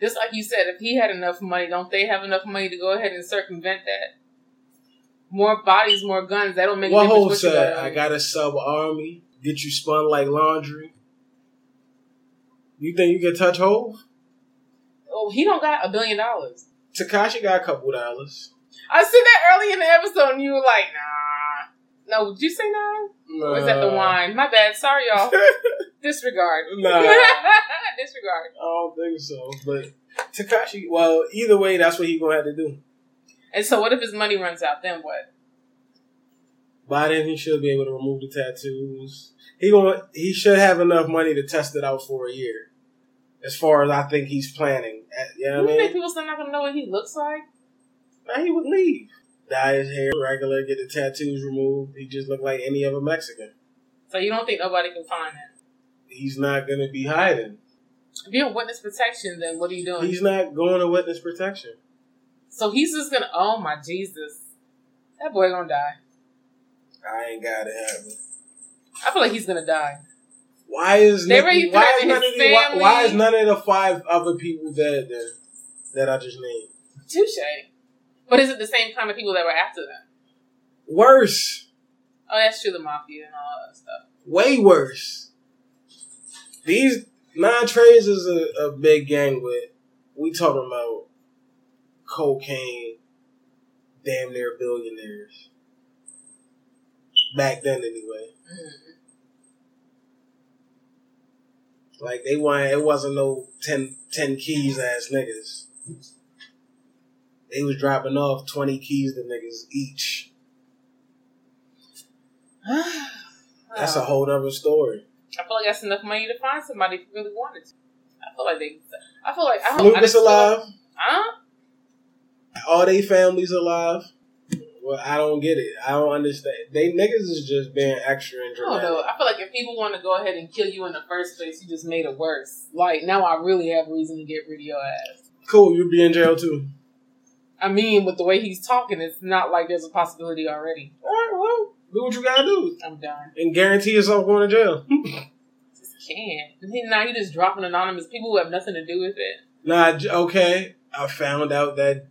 [SPEAKER 3] Just like you said, if he had enough money, don't they have enough money to go ahead and circumvent that? More bodies, more guns. That don't make a
[SPEAKER 4] What
[SPEAKER 3] difference.
[SPEAKER 4] Hov
[SPEAKER 3] What you
[SPEAKER 4] said,
[SPEAKER 3] got.
[SPEAKER 4] I got a sub army, get you spun like laundry. You think you can touch Hove?
[SPEAKER 3] Oh, he don't got a billion dollars.
[SPEAKER 4] Takashi got a couple dollars.
[SPEAKER 3] I said that early in the episode, and you were like, "Nah." No, did you say nah? Or was Oh, that the
[SPEAKER 4] Nah.
[SPEAKER 3] wine? My bad. Sorry, y'all. Disregard.
[SPEAKER 4] Nah.
[SPEAKER 3] Disregard.
[SPEAKER 4] I don't think so, but Takashi. Well, either way, that's what he gonna have to do.
[SPEAKER 3] And so, what if his money runs out? Then what?
[SPEAKER 4] By then, he should be able to remove the tattoos. He gonna he should have enough money to test it out for a year. As far as I think he's planning, Uh, you know
[SPEAKER 3] you
[SPEAKER 4] what I
[SPEAKER 3] think
[SPEAKER 4] mean?
[SPEAKER 3] people still not gonna know what he looks like?
[SPEAKER 4] Nah, he would leave, dye his hair regular, get the tattoos removed. He just look like any other Mexican.
[SPEAKER 3] So you don't think nobody can find him?
[SPEAKER 4] He's not gonna be hiding.
[SPEAKER 3] If you're in witness protection, then what are you doing?
[SPEAKER 4] He's not going to witness protection.
[SPEAKER 3] so he's just gonna. Oh my Jesus, that boy gonna die.
[SPEAKER 4] I ain't got it happening.
[SPEAKER 3] I feel like he's gonna die.
[SPEAKER 4] Why is
[SPEAKER 3] They
[SPEAKER 4] Nikki,
[SPEAKER 3] were
[SPEAKER 4] why is
[SPEAKER 3] threatening
[SPEAKER 4] none
[SPEAKER 3] his
[SPEAKER 4] of the, why,
[SPEAKER 3] family.
[SPEAKER 4] why is none of the five other people dead that that I just named?
[SPEAKER 3] Touche. But is it the same kind of people that were after them?
[SPEAKER 4] Worse,
[SPEAKER 3] Oh, that's true. The mafia and all that stuff.
[SPEAKER 4] way worse. These nine trades is a, a big gang, but we talking about cocaine, damn near billionaires. Back then, anyway,
[SPEAKER 3] Mhm.
[SPEAKER 4] like they weren't. It wasn't no 10, 10 keys ass niggas. They was dropping off twenty keys to niggas each. Mm. That's a
[SPEAKER 3] Wow.
[SPEAKER 4] whole other story.
[SPEAKER 3] I feel like that's enough money to find somebody if you really wanted to. I feel like they. I feel like I hope I
[SPEAKER 4] Lucas
[SPEAKER 3] just feel
[SPEAKER 4] alive.
[SPEAKER 3] Like, huh?
[SPEAKER 4] All they families alive. Well, I don't get it. I don't understand. They niggas is just being extra and
[SPEAKER 3] I don't
[SPEAKER 4] dramatic.
[SPEAKER 3] know. I feel like if people want to go ahead and kill you in the first place, you just made it worse. Like now, I really have reason to get rid of your ass.
[SPEAKER 4] Cool, you'd be in jail too.
[SPEAKER 3] I mean, with the way he's talking, it's not like there's a possibility already.
[SPEAKER 4] All right, well, do what you gotta do
[SPEAKER 3] I'm done.
[SPEAKER 4] and guarantee yourself going to jail.
[SPEAKER 3] Just can't. And then Now you just dropping anonymous people who have nothing to do with it.
[SPEAKER 4] nah, j- okay. I found out that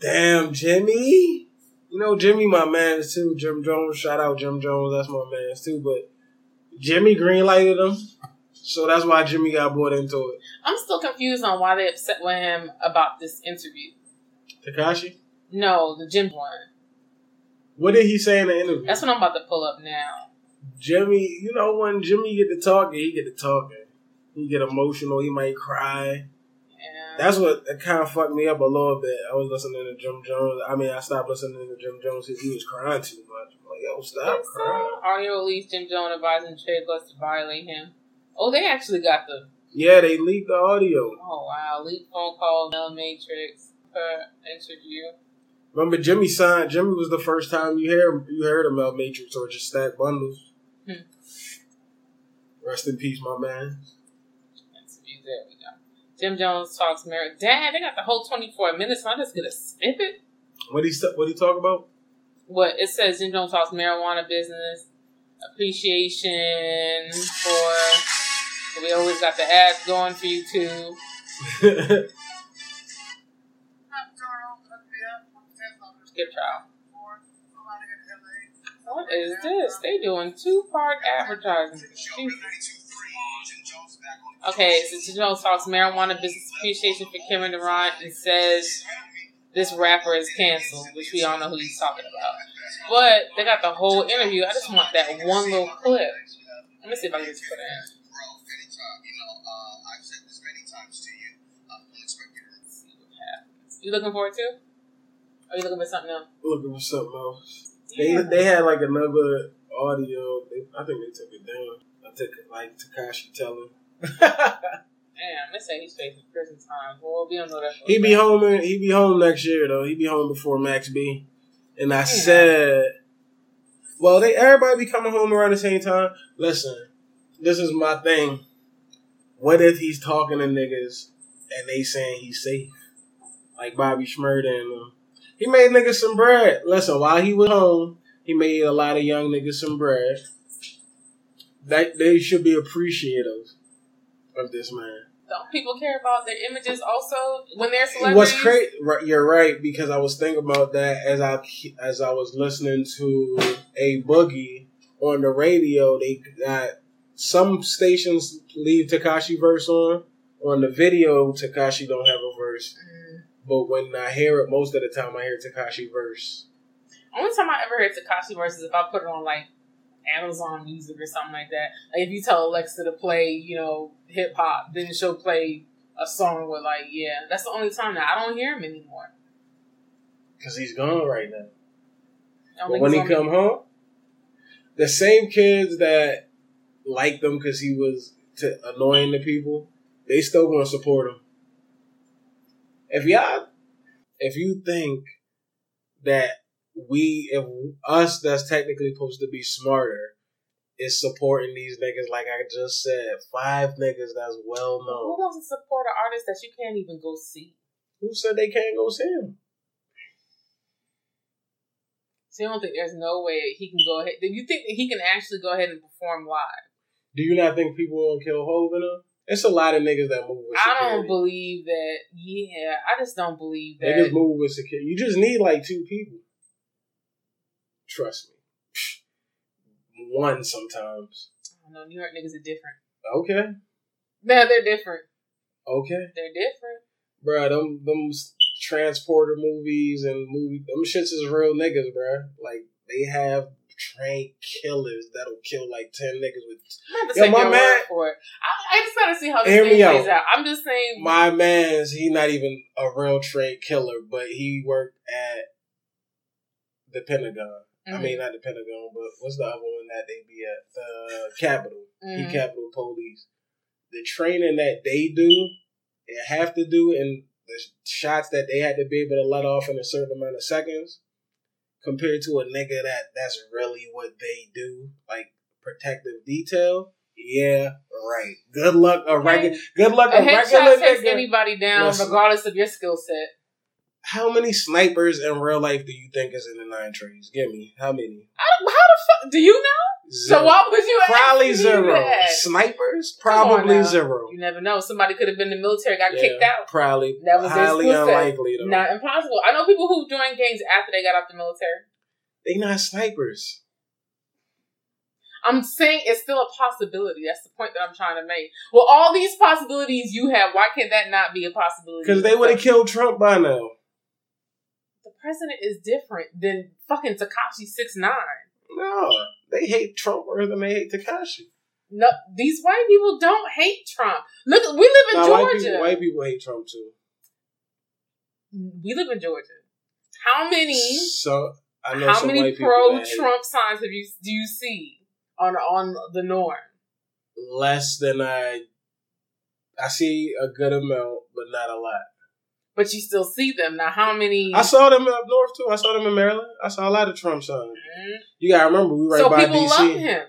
[SPEAKER 4] damn Jimmy. You know Jimmy, my man is too. Jim Jones, shout out Jim Jones. That's my man too. But Jimmy greenlighted him, so that's why Jimmy got bought into it.
[SPEAKER 3] I'm still confused on why they upset with him about this interview.
[SPEAKER 4] Takashi,
[SPEAKER 3] No, the gym one.
[SPEAKER 4] what did he say in the interview?
[SPEAKER 3] That's what I'm about to pull up now.
[SPEAKER 4] Jimmy, you know when Jimmy get to talking, he get to talking. He get emotional. He might cry.
[SPEAKER 3] And
[SPEAKER 4] That's what it kind of fucked me up a little bit. I was listening to Jim Jones. I mean, I stopped listening to Jim Jones because he was crying too much. I'm like, yo, stop crying.
[SPEAKER 3] Audio release Jim Jones advising Trey Glass to violate him. Oh, they actually got the.
[SPEAKER 4] Yeah, they leaked the audio.
[SPEAKER 3] Oh, wow. Leak phone call, Mel Matrix, her interview.
[SPEAKER 4] Remember, Jimmy signed. Jimmy was the first time you hear you heard about Matrix or just stack bundles.
[SPEAKER 3] Hmm.
[SPEAKER 4] Rest in peace, my man.
[SPEAKER 3] Interview, there we go. Jim Jones talks marriage. Dad, they got the whole 24 minutes. I'm just going to skip it.
[SPEAKER 4] What he st- what he talk about?
[SPEAKER 3] what it says Jim Jones talks marijuana business, appreciation for we always got the ads going for you too. Skip trial. What is this? They doing two part advertising. Jesus. Okay, so Jim Jones talks marijuana business appreciation for Kevin Durant and says this rapper is canceled, which we all know who he's talking about. But they got the whole interview. I just want that one little clip. Let me see if I can just put it in. see what happens. You looking forward to? Or you looking for something else?
[SPEAKER 4] Looking for something else. They they had like another audio. They, I think they took it down. I took it like Takashi telling.
[SPEAKER 3] Damn, this ain't he's facing prison time. Boy, we don't know that. for a
[SPEAKER 4] he be
[SPEAKER 3] fact.
[SPEAKER 4] home. in- He be home next year though. He be home before Max B. And I said, well, they everybody be coming home around the same time. Listen, this is my thing. What if he's talking to niggas and they saying he's safe, like Bobby Schmurda and them? He made niggas some bread. Listen, while he was home, he made a lot of young niggas some bread. That they should be appreciative of this man.
[SPEAKER 3] Don't people care about their images also when they're
[SPEAKER 4] It
[SPEAKER 3] celebrities?
[SPEAKER 4] was crazy. Right, you're right because I was thinking about that as I as I was listening to a boogie on the radio. They got some stations leave Takashi verse on on the video. Takashi don't have a verse,
[SPEAKER 3] Mm.
[SPEAKER 4] but when I hear it, most of the time I hear Takashi verse.
[SPEAKER 3] Only time I ever heard Takashi verses if I put it on like Amazon Music or something like that. Like if you tell Alexa to play, you know, hip hop, then she'll play a song with like, yeah. That's the only time that I don't hear him anymore.
[SPEAKER 4] Cause he's gone right now.
[SPEAKER 3] I don't
[SPEAKER 4] But
[SPEAKER 3] think
[SPEAKER 4] when he
[SPEAKER 3] he's on-
[SPEAKER 4] come home, the same kids that liked him because he was t- annoying to people, they still gonna support him. If y'all, if you think that we, if us that's technically supposed to be smarter, is supporting these niggas like I just said, five niggas that's well
[SPEAKER 3] who
[SPEAKER 4] known.
[SPEAKER 3] wants to support an artist that you can't even go see?
[SPEAKER 4] Who said they can't go see him?
[SPEAKER 3] So you don't think there's no way he can go ahead? Do you think that he can actually go ahead and perform live?
[SPEAKER 4] Do you not think people will kill Hov in him? It's a lot of niggas that move with
[SPEAKER 3] I
[SPEAKER 4] security.
[SPEAKER 3] don't believe that. Yeah, I just don't believe
[SPEAKER 4] They
[SPEAKER 3] that.
[SPEAKER 4] just move with security. You just need like two people. Trust me. Psh, One sometimes.
[SPEAKER 3] I don't know. New York niggas are different.
[SPEAKER 4] Okay.
[SPEAKER 3] No, they're different.
[SPEAKER 4] Okay.
[SPEAKER 3] They're different.
[SPEAKER 4] Bruh, them them s- transporter movies and movie them shits is real niggas, bruh. Like they have trained killers that'll kill like ten niggas with
[SPEAKER 3] I'm not to
[SPEAKER 4] Yo,
[SPEAKER 3] take
[SPEAKER 4] my
[SPEAKER 3] your
[SPEAKER 4] man-
[SPEAKER 3] word for it. I, I just gotta see how this
[SPEAKER 4] Hear me
[SPEAKER 3] thing plays
[SPEAKER 4] out.
[SPEAKER 3] out. I'm just saying.
[SPEAKER 4] my man's he not even a real trained killer, but he worked at the Pentagon. I
[SPEAKER 3] Mhm.
[SPEAKER 4] mean not the Pentagon, but what's the other one that they be at? The Capitol.
[SPEAKER 3] Mhm.
[SPEAKER 4] He Capitol Police. The training that they do and have to do, and the shots that they had to be able to let off in a certain amount of seconds, compared to a nigga that that's really what they do, like protective detail. Yeah, right. Good luck, a regular. Good luck,
[SPEAKER 3] A
[SPEAKER 4] a regular
[SPEAKER 3] headshot takes
[SPEAKER 4] nigga.
[SPEAKER 3] anybody down,
[SPEAKER 4] Listen.
[SPEAKER 3] regardless of your skill set.
[SPEAKER 4] How many snipers in real life do you think is in the nine trees? Give me how many?
[SPEAKER 3] I don't, how the fuck do you know?
[SPEAKER 4] Zero.
[SPEAKER 3] So why would you? ask
[SPEAKER 4] probably
[SPEAKER 3] me
[SPEAKER 4] zero.
[SPEAKER 3] that?
[SPEAKER 4] Snipers,
[SPEAKER 3] Come on
[SPEAKER 4] probably
[SPEAKER 3] now.
[SPEAKER 4] zero.
[SPEAKER 3] You never know. Somebody could have been in the military, got kicked out.
[SPEAKER 4] Probably.
[SPEAKER 3] That was their
[SPEAKER 4] highly
[SPEAKER 3] skill set.
[SPEAKER 4] unlikely though.
[SPEAKER 3] Not impossible. I know people who joined gangs after they got out the military.
[SPEAKER 4] they not snipers.
[SPEAKER 3] I'm saying it's still a possibility. That's the point that I'm trying to make. Well, all these possibilities you have, why can that not be a possibility?
[SPEAKER 4] Because they would have killed Trump by now.
[SPEAKER 3] The president is different than fucking Takashi six nine.
[SPEAKER 4] No. They hate Trump more than they hate Takashi.
[SPEAKER 3] No, these white people don't hate Trump. Look, we live in
[SPEAKER 4] Nah,
[SPEAKER 3] Georgia.
[SPEAKER 4] white people, white people hate Trump too.
[SPEAKER 3] we live in Georgia. How many?
[SPEAKER 4] So I know
[SPEAKER 3] How
[SPEAKER 4] some
[SPEAKER 3] many
[SPEAKER 4] white people
[SPEAKER 3] pro
[SPEAKER 4] that hate
[SPEAKER 3] Trump signs have you do you see on on the norm?
[SPEAKER 4] less than I. I see a good amount, but not a lot.
[SPEAKER 3] But you still see them now. How many?
[SPEAKER 4] I saw them up north too. I saw them in Maryland. I saw a lot of Trump signs.
[SPEAKER 3] Mhm.
[SPEAKER 4] You gotta remember, we right
[SPEAKER 3] so
[SPEAKER 4] by
[SPEAKER 3] people
[SPEAKER 4] DC.
[SPEAKER 3] love him.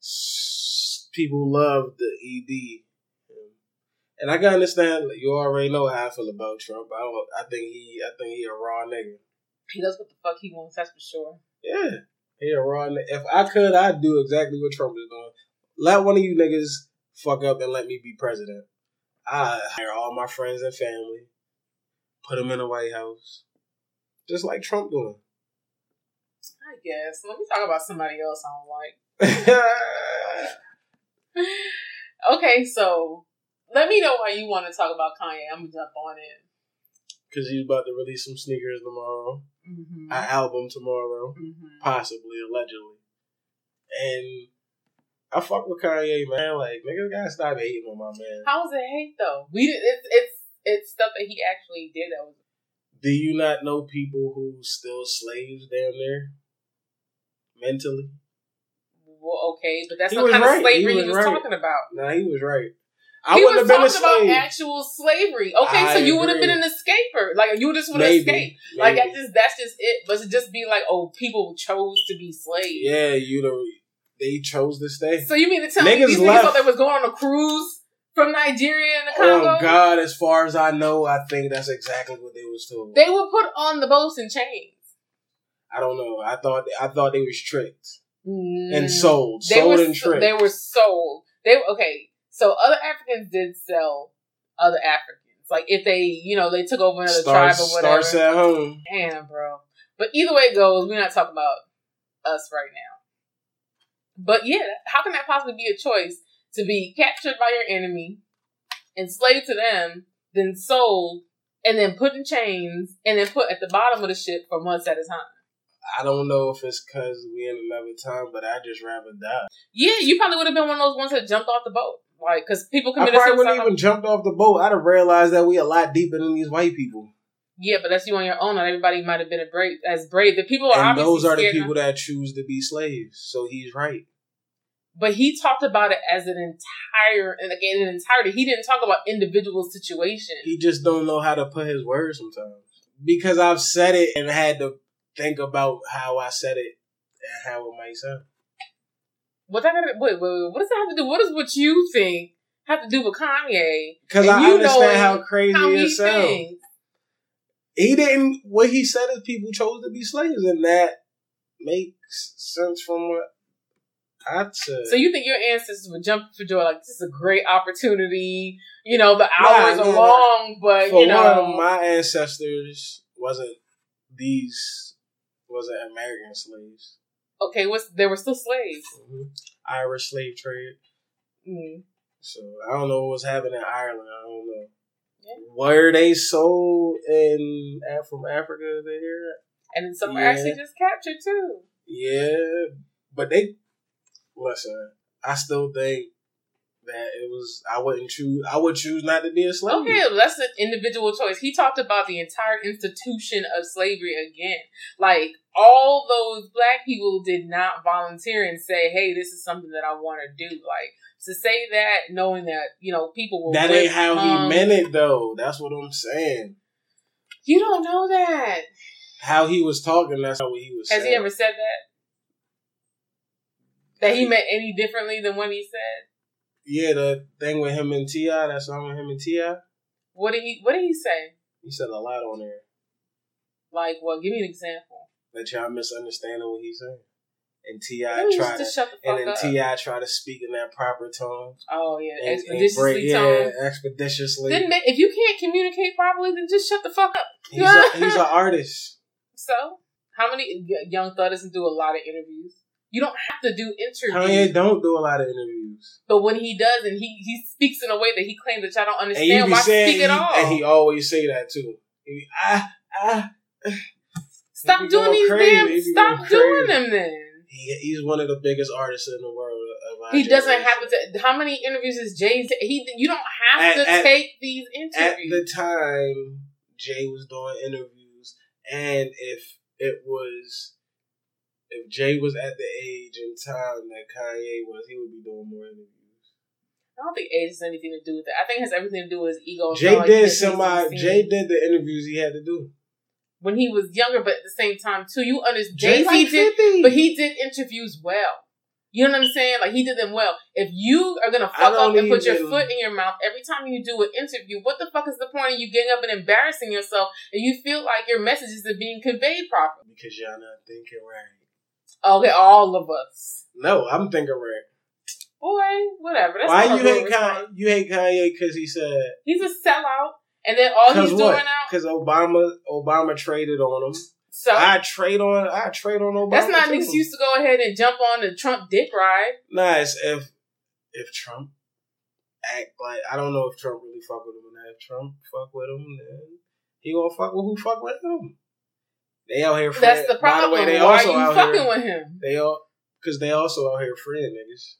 [SPEAKER 4] S- people love the ED. And I can understand. like, You already know how I feel about Trump. I don't. I think he. I think he a raw nigga.
[SPEAKER 3] He does what the fuck he wants. That's for sure.
[SPEAKER 4] Yeah, he a raw. nigga. If I could, I'd do exactly what Trump is doing. Let one of you niggas fuck up and let me be president. I hire all my friends and family, put them in the White House, just like Trump doing.
[SPEAKER 3] I guess. Let me talk about somebody else I don't like. Okay, so let me know why you want to talk about Kanye. I'm gonna jump on it.
[SPEAKER 4] Cause he's about to release some sneakers tomorrow,
[SPEAKER 3] Mm-hmm.
[SPEAKER 4] an album tomorrow.
[SPEAKER 3] mm-hmm.
[SPEAKER 4] possibly allegedly. And I fuck with Kanye, man. Like niggas gotta stop hating on my man.
[SPEAKER 3] How was it hate though? We did, it's it's it's stuff that he actually did that was
[SPEAKER 4] Do you not know people who still slaves down there mentally?
[SPEAKER 3] well, okay, but that's
[SPEAKER 4] He
[SPEAKER 3] not
[SPEAKER 4] was
[SPEAKER 3] kind
[SPEAKER 4] right.
[SPEAKER 3] of
[SPEAKER 4] He
[SPEAKER 3] slavery he
[SPEAKER 4] was
[SPEAKER 3] was,
[SPEAKER 4] right.
[SPEAKER 3] talking about.
[SPEAKER 4] Nah, he was right. I
[SPEAKER 3] he
[SPEAKER 4] wouldn't
[SPEAKER 3] was
[SPEAKER 4] have been a
[SPEAKER 3] talking about
[SPEAKER 4] slave.
[SPEAKER 3] actual slavery. Okay,
[SPEAKER 4] I
[SPEAKER 3] so you would have
[SPEAKER 4] agree.
[SPEAKER 3] been an escaper. Like you just would have
[SPEAKER 4] Maybe,
[SPEAKER 3] escaped. Like
[SPEAKER 4] maybe.
[SPEAKER 3] that just that's just it. But to just be like, oh, people chose to be slaves.
[SPEAKER 4] yeah, you know, they chose to stay.
[SPEAKER 3] So you mean to tell me
[SPEAKER 4] Niggas
[SPEAKER 3] these
[SPEAKER 4] left.
[SPEAKER 3] niggas thought they was going on a cruise from Nigeria and the Congo?
[SPEAKER 4] Oh God, as far as I know, I think that's exactly what they was told.
[SPEAKER 3] They were put on the boats and chains.
[SPEAKER 4] I don't know. I thought I thought they was tricked
[SPEAKER 3] Mm.
[SPEAKER 4] and sold,
[SPEAKER 3] They
[SPEAKER 4] sold
[SPEAKER 3] were
[SPEAKER 4] and
[SPEAKER 3] s-
[SPEAKER 4] tricked.
[SPEAKER 3] They were sold. They okay. So other Africans did sell other Africans. Like if they, you know, they took over another
[SPEAKER 4] Stars,
[SPEAKER 3] tribe or whatever.
[SPEAKER 4] Starts at home.
[SPEAKER 3] Damn, bro. But either way it goes, we're not talking about us right now. But yeah, how can that possibly be a choice to be captured by your enemy, enslaved to them, then sold, and then put in chains, and then put at the bottom of the ship for months at a time?
[SPEAKER 4] I don't know if it's because we in another time, but I just rather die.
[SPEAKER 3] Yeah, you probably would have been one of those ones that jumped off the boat. Like, because people
[SPEAKER 4] I
[SPEAKER 3] committed
[SPEAKER 4] probably
[SPEAKER 3] suicide.
[SPEAKER 4] wouldn't even jumped off the boat. I'd have realized that we a lot deeper than these white people.
[SPEAKER 3] yeah, but that's you on your own. Not everybody might have been a brave, as brave. The people are
[SPEAKER 4] and
[SPEAKER 3] obviously
[SPEAKER 4] those are the
[SPEAKER 3] scared
[SPEAKER 4] people that choose to be slaves. So he's right.
[SPEAKER 3] but he talked about it as an entire and again an entirety. He didn't talk about individual situation.
[SPEAKER 4] He just don't know how to put his words sometimes. Because I've said it and had to think about how I said it and how it might sound.
[SPEAKER 3] what that got wait, wait, wait, what does that have to do? What does what you think have to do with Kanye?
[SPEAKER 4] Because
[SPEAKER 3] And
[SPEAKER 4] I
[SPEAKER 3] you
[SPEAKER 4] understand
[SPEAKER 3] know
[SPEAKER 4] how crazy
[SPEAKER 3] How
[SPEAKER 4] it
[SPEAKER 3] he
[SPEAKER 4] sounds.
[SPEAKER 3] thinks.
[SPEAKER 4] He didn't. What he said is people chose to be slaves, and that makes sense from what I said.
[SPEAKER 3] So you think your ancestors would jump for joy? Like this is a great opportunity. You know the
[SPEAKER 4] Nah,
[SPEAKER 3] hours
[SPEAKER 4] nah,
[SPEAKER 3] are
[SPEAKER 4] nah.
[SPEAKER 3] long, but
[SPEAKER 4] For
[SPEAKER 3] you know
[SPEAKER 4] one, my ancestors wasn't these wasn't American slaves.
[SPEAKER 3] okay. What's they were still slaves.
[SPEAKER 4] Irish slave trade.
[SPEAKER 3] Mm.
[SPEAKER 4] So I don't know what's happening in Ireland. I don't know.
[SPEAKER 3] Yeah.
[SPEAKER 4] Were they sold in Af- from Africa to here?
[SPEAKER 3] And then some were
[SPEAKER 4] Yeah.
[SPEAKER 3] actually just captured too.
[SPEAKER 4] Yeah, but they listen. I still think that it was. I wouldn't choose. I would choose not to be a slave.
[SPEAKER 3] Okay, that's an individual choice. He talked about the entire institution of slavery again. Like all those black people did not volunteer and say, "Hey, this is something that I want to do." Like to say that, knowing that you know people were um,
[SPEAKER 4] That
[SPEAKER 3] whipped,
[SPEAKER 4] ain't how he
[SPEAKER 3] hung.
[SPEAKER 4] meant it, though. That's what I'm saying.
[SPEAKER 3] You don't know that.
[SPEAKER 4] How he was talking. That's not what he was.
[SPEAKER 3] Has
[SPEAKER 4] saying.
[SPEAKER 3] he ever said that? That he meant any differently than what he said?
[SPEAKER 4] Yeah, the thing with him and Ti. That song with him and Ti.
[SPEAKER 3] What did he What did he say?
[SPEAKER 4] He said a lot on there.
[SPEAKER 3] Like, well, give me an example.
[SPEAKER 4] That y'all misunderstanding what he's saying. And Ti
[SPEAKER 3] Maybe
[SPEAKER 4] tried to,
[SPEAKER 3] just shut the fuck
[SPEAKER 4] and then
[SPEAKER 3] up.
[SPEAKER 4] Ti tried to speak in that proper tone.
[SPEAKER 3] oh yeah,
[SPEAKER 4] And,
[SPEAKER 3] expeditiously
[SPEAKER 4] and break,
[SPEAKER 3] tone.
[SPEAKER 4] yeah, expeditiously.
[SPEAKER 3] Then ma- if you can't communicate properly, then just shut the fuck up.
[SPEAKER 4] He's a, he's an artist.
[SPEAKER 3] So, how many y- Young Thug doesn't do a lot of interviews? You don't have to do interviews,
[SPEAKER 4] Kanye don't do a lot of interviews.
[SPEAKER 3] but when he does, and he he speaks in a way that he claims that y'all don't
[SPEAKER 4] And you
[SPEAKER 3] understand,
[SPEAKER 4] be
[SPEAKER 3] why
[SPEAKER 4] saying,
[SPEAKER 3] speak at
[SPEAKER 4] he-
[SPEAKER 3] all?
[SPEAKER 4] and he always say that too. He be, ah, ah. he
[SPEAKER 3] stop
[SPEAKER 4] be
[SPEAKER 3] doing
[SPEAKER 4] going
[SPEAKER 3] these
[SPEAKER 4] crazy. He
[SPEAKER 3] damn,
[SPEAKER 4] be
[SPEAKER 3] stop
[SPEAKER 4] going
[SPEAKER 3] doing
[SPEAKER 4] crazy.
[SPEAKER 3] them. Then
[SPEAKER 4] He, he's one of the biggest artists in the world. Of our
[SPEAKER 3] he doesn't
[SPEAKER 4] generation.
[SPEAKER 3] have to. How many interviews is Jay? He you don't have
[SPEAKER 4] At-
[SPEAKER 3] to
[SPEAKER 4] at-
[SPEAKER 3] take these
[SPEAKER 4] at
[SPEAKER 3] interviews.
[SPEAKER 4] the time Jay was doing interviews, and if it was if Jay was at the age and time that Kanye was, he would be doing more interviews.
[SPEAKER 3] I don't think age has anything to do with that. I think it has everything to do with his ego.
[SPEAKER 4] Jay
[SPEAKER 3] Like,
[SPEAKER 4] did
[SPEAKER 3] he's- he's
[SPEAKER 4] somebody.
[SPEAKER 3] seen-
[SPEAKER 4] Jay did the interviews he had to do.
[SPEAKER 3] when he was younger, but at the same time too, you understand. Jay
[SPEAKER 4] Jay
[SPEAKER 3] Z
[SPEAKER 4] like
[SPEAKER 3] did,
[SPEAKER 4] 50.
[SPEAKER 3] but he did interviews well. You know what I'm saying? Like he did them well. If you are gonna
[SPEAKER 4] I
[SPEAKER 3] fuck
[SPEAKER 4] don't
[SPEAKER 3] up and put your
[SPEAKER 4] even-
[SPEAKER 3] foot in your mouth every time you do an interview, what the fuck is the point of you getting up and embarrassing yourself and you feel like your messages are being conveyed properly?
[SPEAKER 4] because y'all not thinking right.
[SPEAKER 3] Okay, all of us.
[SPEAKER 4] No, I'm thinking right.
[SPEAKER 3] Boy, whatever. That's
[SPEAKER 4] Why
[SPEAKER 3] not a
[SPEAKER 4] you
[SPEAKER 3] real
[SPEAKER 4] hate
[SPEAKER 3] response.
[SPEAKER 4] Kanye? You hate Kanye because he said
[SPEAKER 3] He's a sellout, and then all Oh, he's
[SPEAKER 4] because
[SPEAKER 3] doing
[SPEAKER 4] what?
[SPEAKER 3] now.
[SPEAKER 4] Because Obama Obama traded on him.
[SPEAKER 3] So
[SPEAKER 4] I trade on I trade on Obama.
[SPEAKER 3] that's not an
[SPEAKER 4] too.
[SPEAKER 3] excuse to go ahead and jump on the Trump dick ride.
[SPEAKER 4] Nice if if Trump act like I don't know if Trump really fuck with him or not. If Trump fuck with him, then he gonna fuck with who fuck with him. They out here.
[SPEAKER 3] That's the
[SPEAKER 4] friend- by
[SPEAKER 3] problem.
[SPEAKER 4] way, they
[SPEAKER 3] Why are
[SPEAKER 4] also
[SPEAKER 3] you
[SPEAKER 4] out
[SPEAKER 3] fucking
[SPEAKER 4] here,
[SPEAKER 3] with him?
[SPEAKER 4] They all because they also out here friend niggas.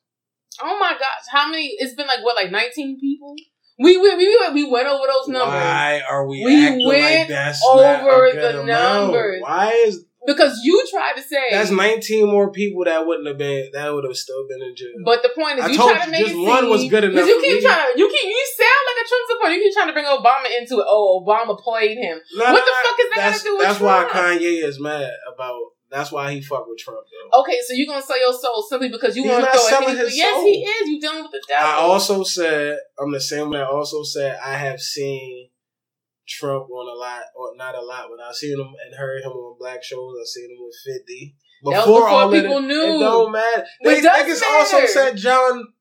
[SPEAKER 3] Oh my gosh, how many? It's been like what, like nineteen people? We we we, we went over those numbers
[SPEAKER 4] Why are we,
[SPEAKER 3] We
[SPEAKER 4] acting like
[SPEAKER 3] went
[SPEAKER 4] that's
[SPEAKER 3] over
[SPEAKER 4] not a
[SPEAKER 3] the
[SPEAKER 4] good amount?
[SPEAKER 3] numbers.
[SPEAKER 4] Why is
[SPEAKER 3] because you tried to say.
[SPEAKER 4] that's nineteen more people that wouldn't have been that would have still been in jail?
[SPEAKER 3] But the point is,
[SPEAKER 4] I
[SPEAKER 3] you
[SPEAKER 4] told
[SPEAKER 3] try to
[SPEAKER 4] you,
[SPEAKER 3] make
[SPEAKER 4] just
[SPEAKER 3] it
[SPEAKER 4] one
[SPEAKER 3] seem-
[SPEAKER 4] was good enough
[SPEAKER 3] Because you
[SPEAKER 4] for
[SPEAKER 3] keep
[SPEAKER 4] me.
[SPEAKER 3] trying, you keep you sound like a Trump supporter. You keep trying to bring Obama into it. Oh, Obama played him.
[SPEAKER 4] Nah,
[SPEAKER 3] what the
[SPEAKER 4] nah,
[SPEAKER 3] fuck is that gotta
[SPEAKER 4] that's,
[SPEAKER 3] do with
[SPEAKER 4] That's why
[SPEAKER 3] Trump?
[SPEAKER 4] Kanye is mad about. That's why he fuck with Trump though.
[SPEAKER 3] Okay, so you're gonna sell your soul simply because you
[SPEAKER 4] He's
[SPEAKER 3] want to
[SPEAKER 4] not
[SPEAKER 3] throw
[SPEAKER 4] selling
[SPEAKER 3] it.
[SPEAKER 4] his
[SPEAKER 3] yes,
[SPEAKER 4] soul.
[SPEAKER 3] he is. You dealing with the devil.
[SPEAKER 4] I also said I'm the same one. that also said I have seen Trump on a lot, or not a lot, but I've seen him and heard him on black shows. I've seen him with Fifty
[SPEAKER 3] was before
[SPEAKER 4] all of
[SPEAKER 3] people
[SPEAKER 4] it,
[SPEAKER 3] knew.
[SPEAKER 4] It don't matter.
[SPEAKER 3] But
[SPEAKER 4] They
[SPEAKER 3] it does
[SPEAKER 4] niggas also
[SPEAKER 3] matter.
[SPEAKER 4] said John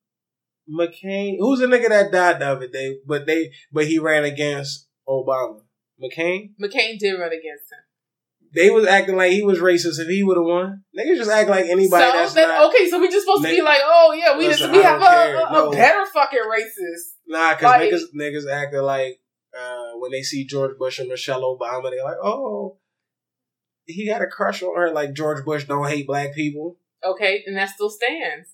[SPEAKER 4] McCain, who's the nigga that died the other day, but they but he ran against Obama. McCain,
[SPEAKER 3] McCain did run against him.
[SPEAKER 4] they was acting like he was racist. If he would have won, niggas just act like anybody
[SPEAKER 3] so
[SPEAKER 4] that's
[SPEAKER 3] that-
[SPEAKER 4] not
[SPEAKER 3] okay, so we just supposed to be
[SPEAKER 4] Nigga-
[SPEAKER 3] like, oh yeah, we
[SPEAKER 4] Listen,
[SPEAKER 3] just we
[SPEAKER 4] I
[SPEAKER 3] have
[SPEAKER 4] don't
[SPEAKER 3] a, a,
[SPEAKER 4] care.
[SPEAKER 3] a
[SPEAKER 4] No.
[SPEAKER 3] better fucking racist.
[SPEAKER 4] Nah, cause
[SPEAKER 3] Like-
[SPEAKER 4] niggas niggas acting like uh, when they see George Bush and Michelle Obama, they're like, oh, he got a crush on her. Like George Bush don't hate black people.
[SPEAKER 3] Okay, and that still stands.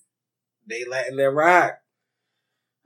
[SPEAKER 4] They letting their rock.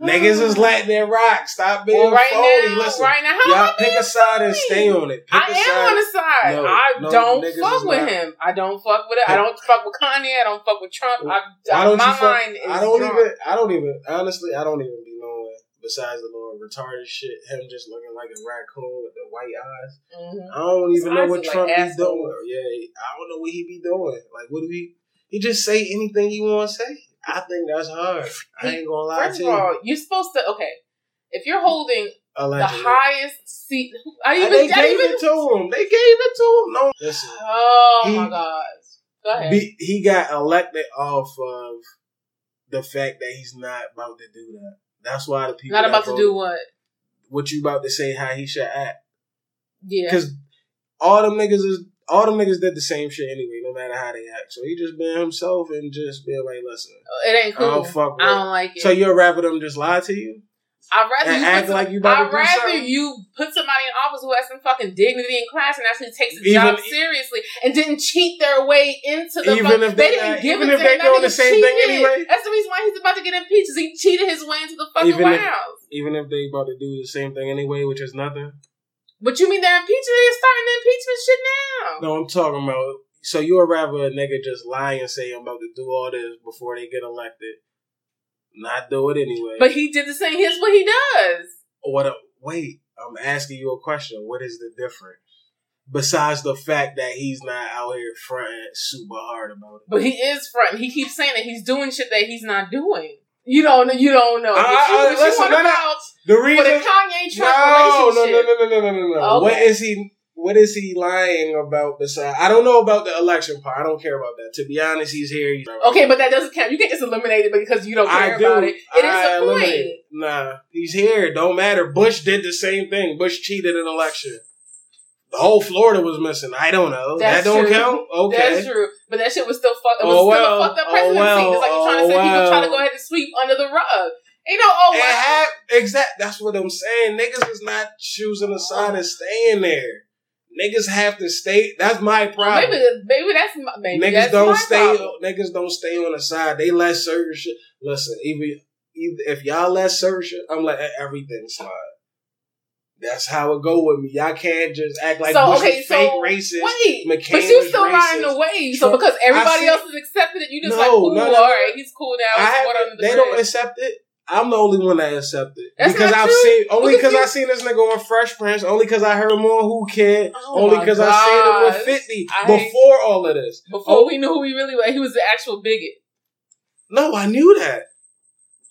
[SPEAKER 4] Niggas is letting their rock. Stop being
[SPEAKER 3] Well, right
[SPEAKER 4] phony.
[SPEAKER 3] now,
[SPEAKER 4] Listen,
[SPEAKER 3] right now, how
[SPEAKER 4] y'all pick a side and stay on it. Pick
[SPEAKER 3] I
[SPEAKER 4] a
[SPEAKER 3] am on
[SPEAKER 4] side.
[SPEAKER 3] the side.
[SPEAKER 4] No,
[SPEAKER 3] I
[SPEAKER 4] no,
[SPEAKER 3] don't
[SPEAKER 4] niggas
[SPEAKER 3] fuck
[SPEAKER 4] is
[SPEAKER 3] with
[SPEAKER 4] not.
[SPEAKER 3] him. I don't fuck with it. I
[SPEAKER 4] Hey.
[SPEAKER 3] don't fuck with Kanye. I don't fuck with Trump. I,
[SPEAKER 4] Why
[SPEAKER 3] I-
[SPEAKER 4] don't
[SPEAKER 3] my
[SPEAKER 4] you fuck-
[SPEAKER 3] mind is.
[SPEAKER 4] I don't
[SPEAKER 3] drawn.
[SPEAKER 4] even. I don't even. Honestly, I don't even be knowing. Besides the little retarded shit, him just looking like a raccoon with the white eyes.
[SPEAKER 3] Mhm.
[SPEAKER 4] I don't even
[SPEAKER 3] His
[SPEAKER 4] know
[SPEAKER 3] eyes
[SPEAKER 4] what
[SPEAKER 3] look
[SPEAKER 4] Trump
[SPEAKER 3] like
[SPEAKER 4] be
[SPEAKER 3] assholes.
[SPEAKER 4] doing. Yeah, I don't know what he be doing. Like, what do he? He just say anything he want to say. I think that's hard. I ain't gonna lie
[SPEAKER 3] First
[SPEAKER 4] to
[SPEAKER 3] of
[SPEAKER 4] you.
[SPEAKER 3] all, you're supposed to okay. If you're holding the
[SPEAKER 4] Allegedly.
[SPEAKER 3] highest seat, I
[SPEAKER 4] And
[SPEAKER 3] even,
[SPEAKER 4] they
[SPEAKER 3] I
[SPEAKER 4] gave
[SPEAKER 3] even
[SPEAKER 4] it to him. They gave it to him. No, listen.
[SPEAKER 3] Oh my
[SPEAKER 4] He-
[SPEAKER 3] god. Go ahead.
[SPEAKER 4] Be, he got elected off of the fact that he's not about to do that. That's why the people
[SPEAKER 3] Not
[SPEAKER 4] that
[SPEAKER 3] about to
[SPEAKER 4] vote-
[SPEAKER 3] do what?
[SPEAKER 4] what you about to say. How he should act.
[SPEAKER 3] Yeah.
[SPEAKER 4] Because all them niggas is all them niggas did the same shit anyway, no matter how they act. So he just been himself and just been like, listen.
[SPEAKER 3] It ain't cool. I
[SPEAKER 4] I
[SPEAKER 3] don't,
[SPEAKER 4] don't fuck with
[SPEAKER 3] like it.
[SPEAKER 4] So you're rather them just lie to you
[SPEAKER 3] I'd rather
[SPEAKER 4] and
[SPEAKER 3] you
[SPEAKER 4] act
[SPEAKER 3] put
[SPEAKER 4] like you
[SPEAKER 3] some-
[SPEAKER 4] about
[SPEAKER 3] I'd
[SPEAKER 4] to do
[SPEAKER 3] rather
[SPEAKER 4] something.
[SPEAKER 3] you put somebody in office who has some fucking dignity and class and actually takes the
[SPEAKER 4] Even-
[SPEAKER 3] job seriously and didn't cheat their way into the
[SPEAKER 4] Even
[SPEAKER 3] fuck-
[SPEAKER 4] if
[SPEAKER 3] they
[SPEAKER 4] they-
[SPEAKER 3] didn't
[SPEAKER 4] uh,
[SPEAKER 3] give
[SPEAKER 4] even
[SPEAKER 3] it
[SPEAKER 4] if
[SPEAKER 3] to
[SPEAKER 4] they
[SPEAKER 3] him. That
[SPEAKER 4] doing the
[SPEAKER 3] nigga
[SPEAKER 4] same thing
[SPEAKER 3] cheated.
[SPEAKER 4] anyway?
[SPEAKER 3] That's the reason why he's about to get impeached. Is he cheated his way into the fucking
[SPEAKER 4] Even
[SPEAKER 3] White
[SPEAKER 4] if-
[SPEAKER 3] House.
[SPEAKER 4] even if they about to do the same thing anyway, which is nothing.
[SPEAKER 3] But you mean they're impeaching? They're starting the impeachment shit now.
[SPEAKER 4] No, I'm talking about. So you're rather a nigga just lie and say I'm about to do all this before they get elected, not do it anyway.
[SPEAKER 3] But he did the same. Here's what he does.
[SPEAKER 4] what? A, wait, I'm asking you a question. What is the difference? Besides the fact that he's not out here fronting super hard about it.
[SPEAKER 3] But he is front. He keeps saying that he's doing shit that he's not doing. You don't know. You don't know.
[SPEAKER 4] I- I-
[SPEAKER 3] What you, what you
[SPEAKER 4] listen,
[SPEAKER 3] on
[SPEAKER 4] no, no.
[SPEAKER 3] about
[SPEAKER 4] The
[SPEAKER 3] for the
[SPEAKER 4] reason
[SPEAKER 3] Kanye Trump
[SPEAKER 4] no, no,
[SPEAKER 3] relationship?
[SPEAKER 4] no, no, no, no, no, no, no.
[SPEAKER 3] Okay.
[SPEAKER 4] What is he? What is he lying about? Besides, I don't know about the election part. I don't care about that. To be honest, he's here. He's
[SPEAKER 3] Okay, but that doesn't count. You get just eliminated because you don't care
[SPEAKER 4] I do.
[SPEAKER 3] about it. It is
[SPEAKER 4] I
[SPEAKER 3] a point.
[SPEAKER 4] eliminate it. Nah, he's here. Don't matter. Bush did the same thing. Bush cheated in election. The whole Florida was missing. I don't know.
[SPEAKER 3] That's
[SPEAKER 4] that don't
[SPEAKER 3] true.
[SPEAKER 4] count. Okay.
[SPEAKER 3] That's true. But that shit was still fucked. It was
[SPEAKER 4] Oh,
[SPEAKER 3] still
[SPEAKER 4] well.
[SPEAKER 3] a fucked up
[SPEAKER 4] Oh,
[SPEAKER 3] presidency.
[SPEAKER 4] well.
[SPEAKER 3] It's like you're trying
[SPEAKER 4] Oh,
[SPEAKER 3] to say people trying to
[SPEAKER 4] well.
[SPEAKER 3] go ahead and sweep under the rug. Ain't no oh
[SPEAKER 4] It
[SPEAKER 3] well.
[SPEAKER 4] hap- exact. That's what I'm saying. Niggas is not choosing a side and staying there. Niggas have to stay. That's my problem.
[SPEAKER 3] Maybe, maybe that's my, maybe
[SPEAKER 4] niggas
[SPEAKER 3] that's
[SPEAKER 4] don't
[SPEAKER 3] my
[SPEAKER 4] stay.
[SPEAKER 3] problem.
[SPEAKER 4] Niggas don't stay on the side. They let certain shit. Listen, even, even if y'all let certain shit, I'm letting everything slide. That's how it go with me. Y'all can't just act like
[SPEAKER 3] So,
[SPEAKER 4] Bush
[SPEAKER 3] okay,
[SPEAKER 4] was
[SPEAKER 3] so-
[SPEAKER 4] fake racist.
[SPEAKER 3] Wait,
[SPEAKER 4] McCain
[SPEAKER 3] but you
[SPEAKER 4] was
[SPEAKER 3] still riding the
[SPEAKER 4] racist.
[SPEAKER 3] wave. so
[SPEAKER 4] Trump-
[SPEAKER 3] because everybody
[SPEAKER 4] see-
[SPEAKER 3] else is accepted it, you just
[SPEAKER 4] No,
[SPEAKER 3] like, ooh,
[SPEAKER 4] no, no,
[SPEAKER 3] all
[SPEAKER 4] no.
[SPEAKER 3] right, he's cool
[SPEAKER 4] I
[SPEAKER 3] now. It's water
[SPEAKER 4] haven't-
[SPEAKER 3] under the
[SPEAKER 4] they
[SPEAKER 3] bridge.
[SPEAKER 4] don't accept it. I'm the only one that accept it
[SPEAKER 3] That's
[SPEAKER 4] because
[SPEAKER 3] not
[SPEAKER 4] I've
[SPEAKER 3] true.
[SPEAKER 4] seen only
[SPEAKER 3] Look at
[SPEAKER 4] because
[SPEAKER 3] you.
[SPEAKER 4] I seen this nigga on Fresh Prince. Only because I heard him on Who Kid.
[SPEAKER 3] Oh
[SPEAKER 4] only
[SPEAKER 3] my
[SPEAKER 4] because I seen him
[SPEAKER 3] gosh.
[SPEAKER 4] with Fifty
[SPEAKER 3] I-
[SPEAKER 4] before all of this.
[SPEAKER 3] Before
[SPEAKER 4] Oh.
[SPEAKER 3] we knew who he really was, he was the actual bigot.
[SPEAKER 4] No, I knew that.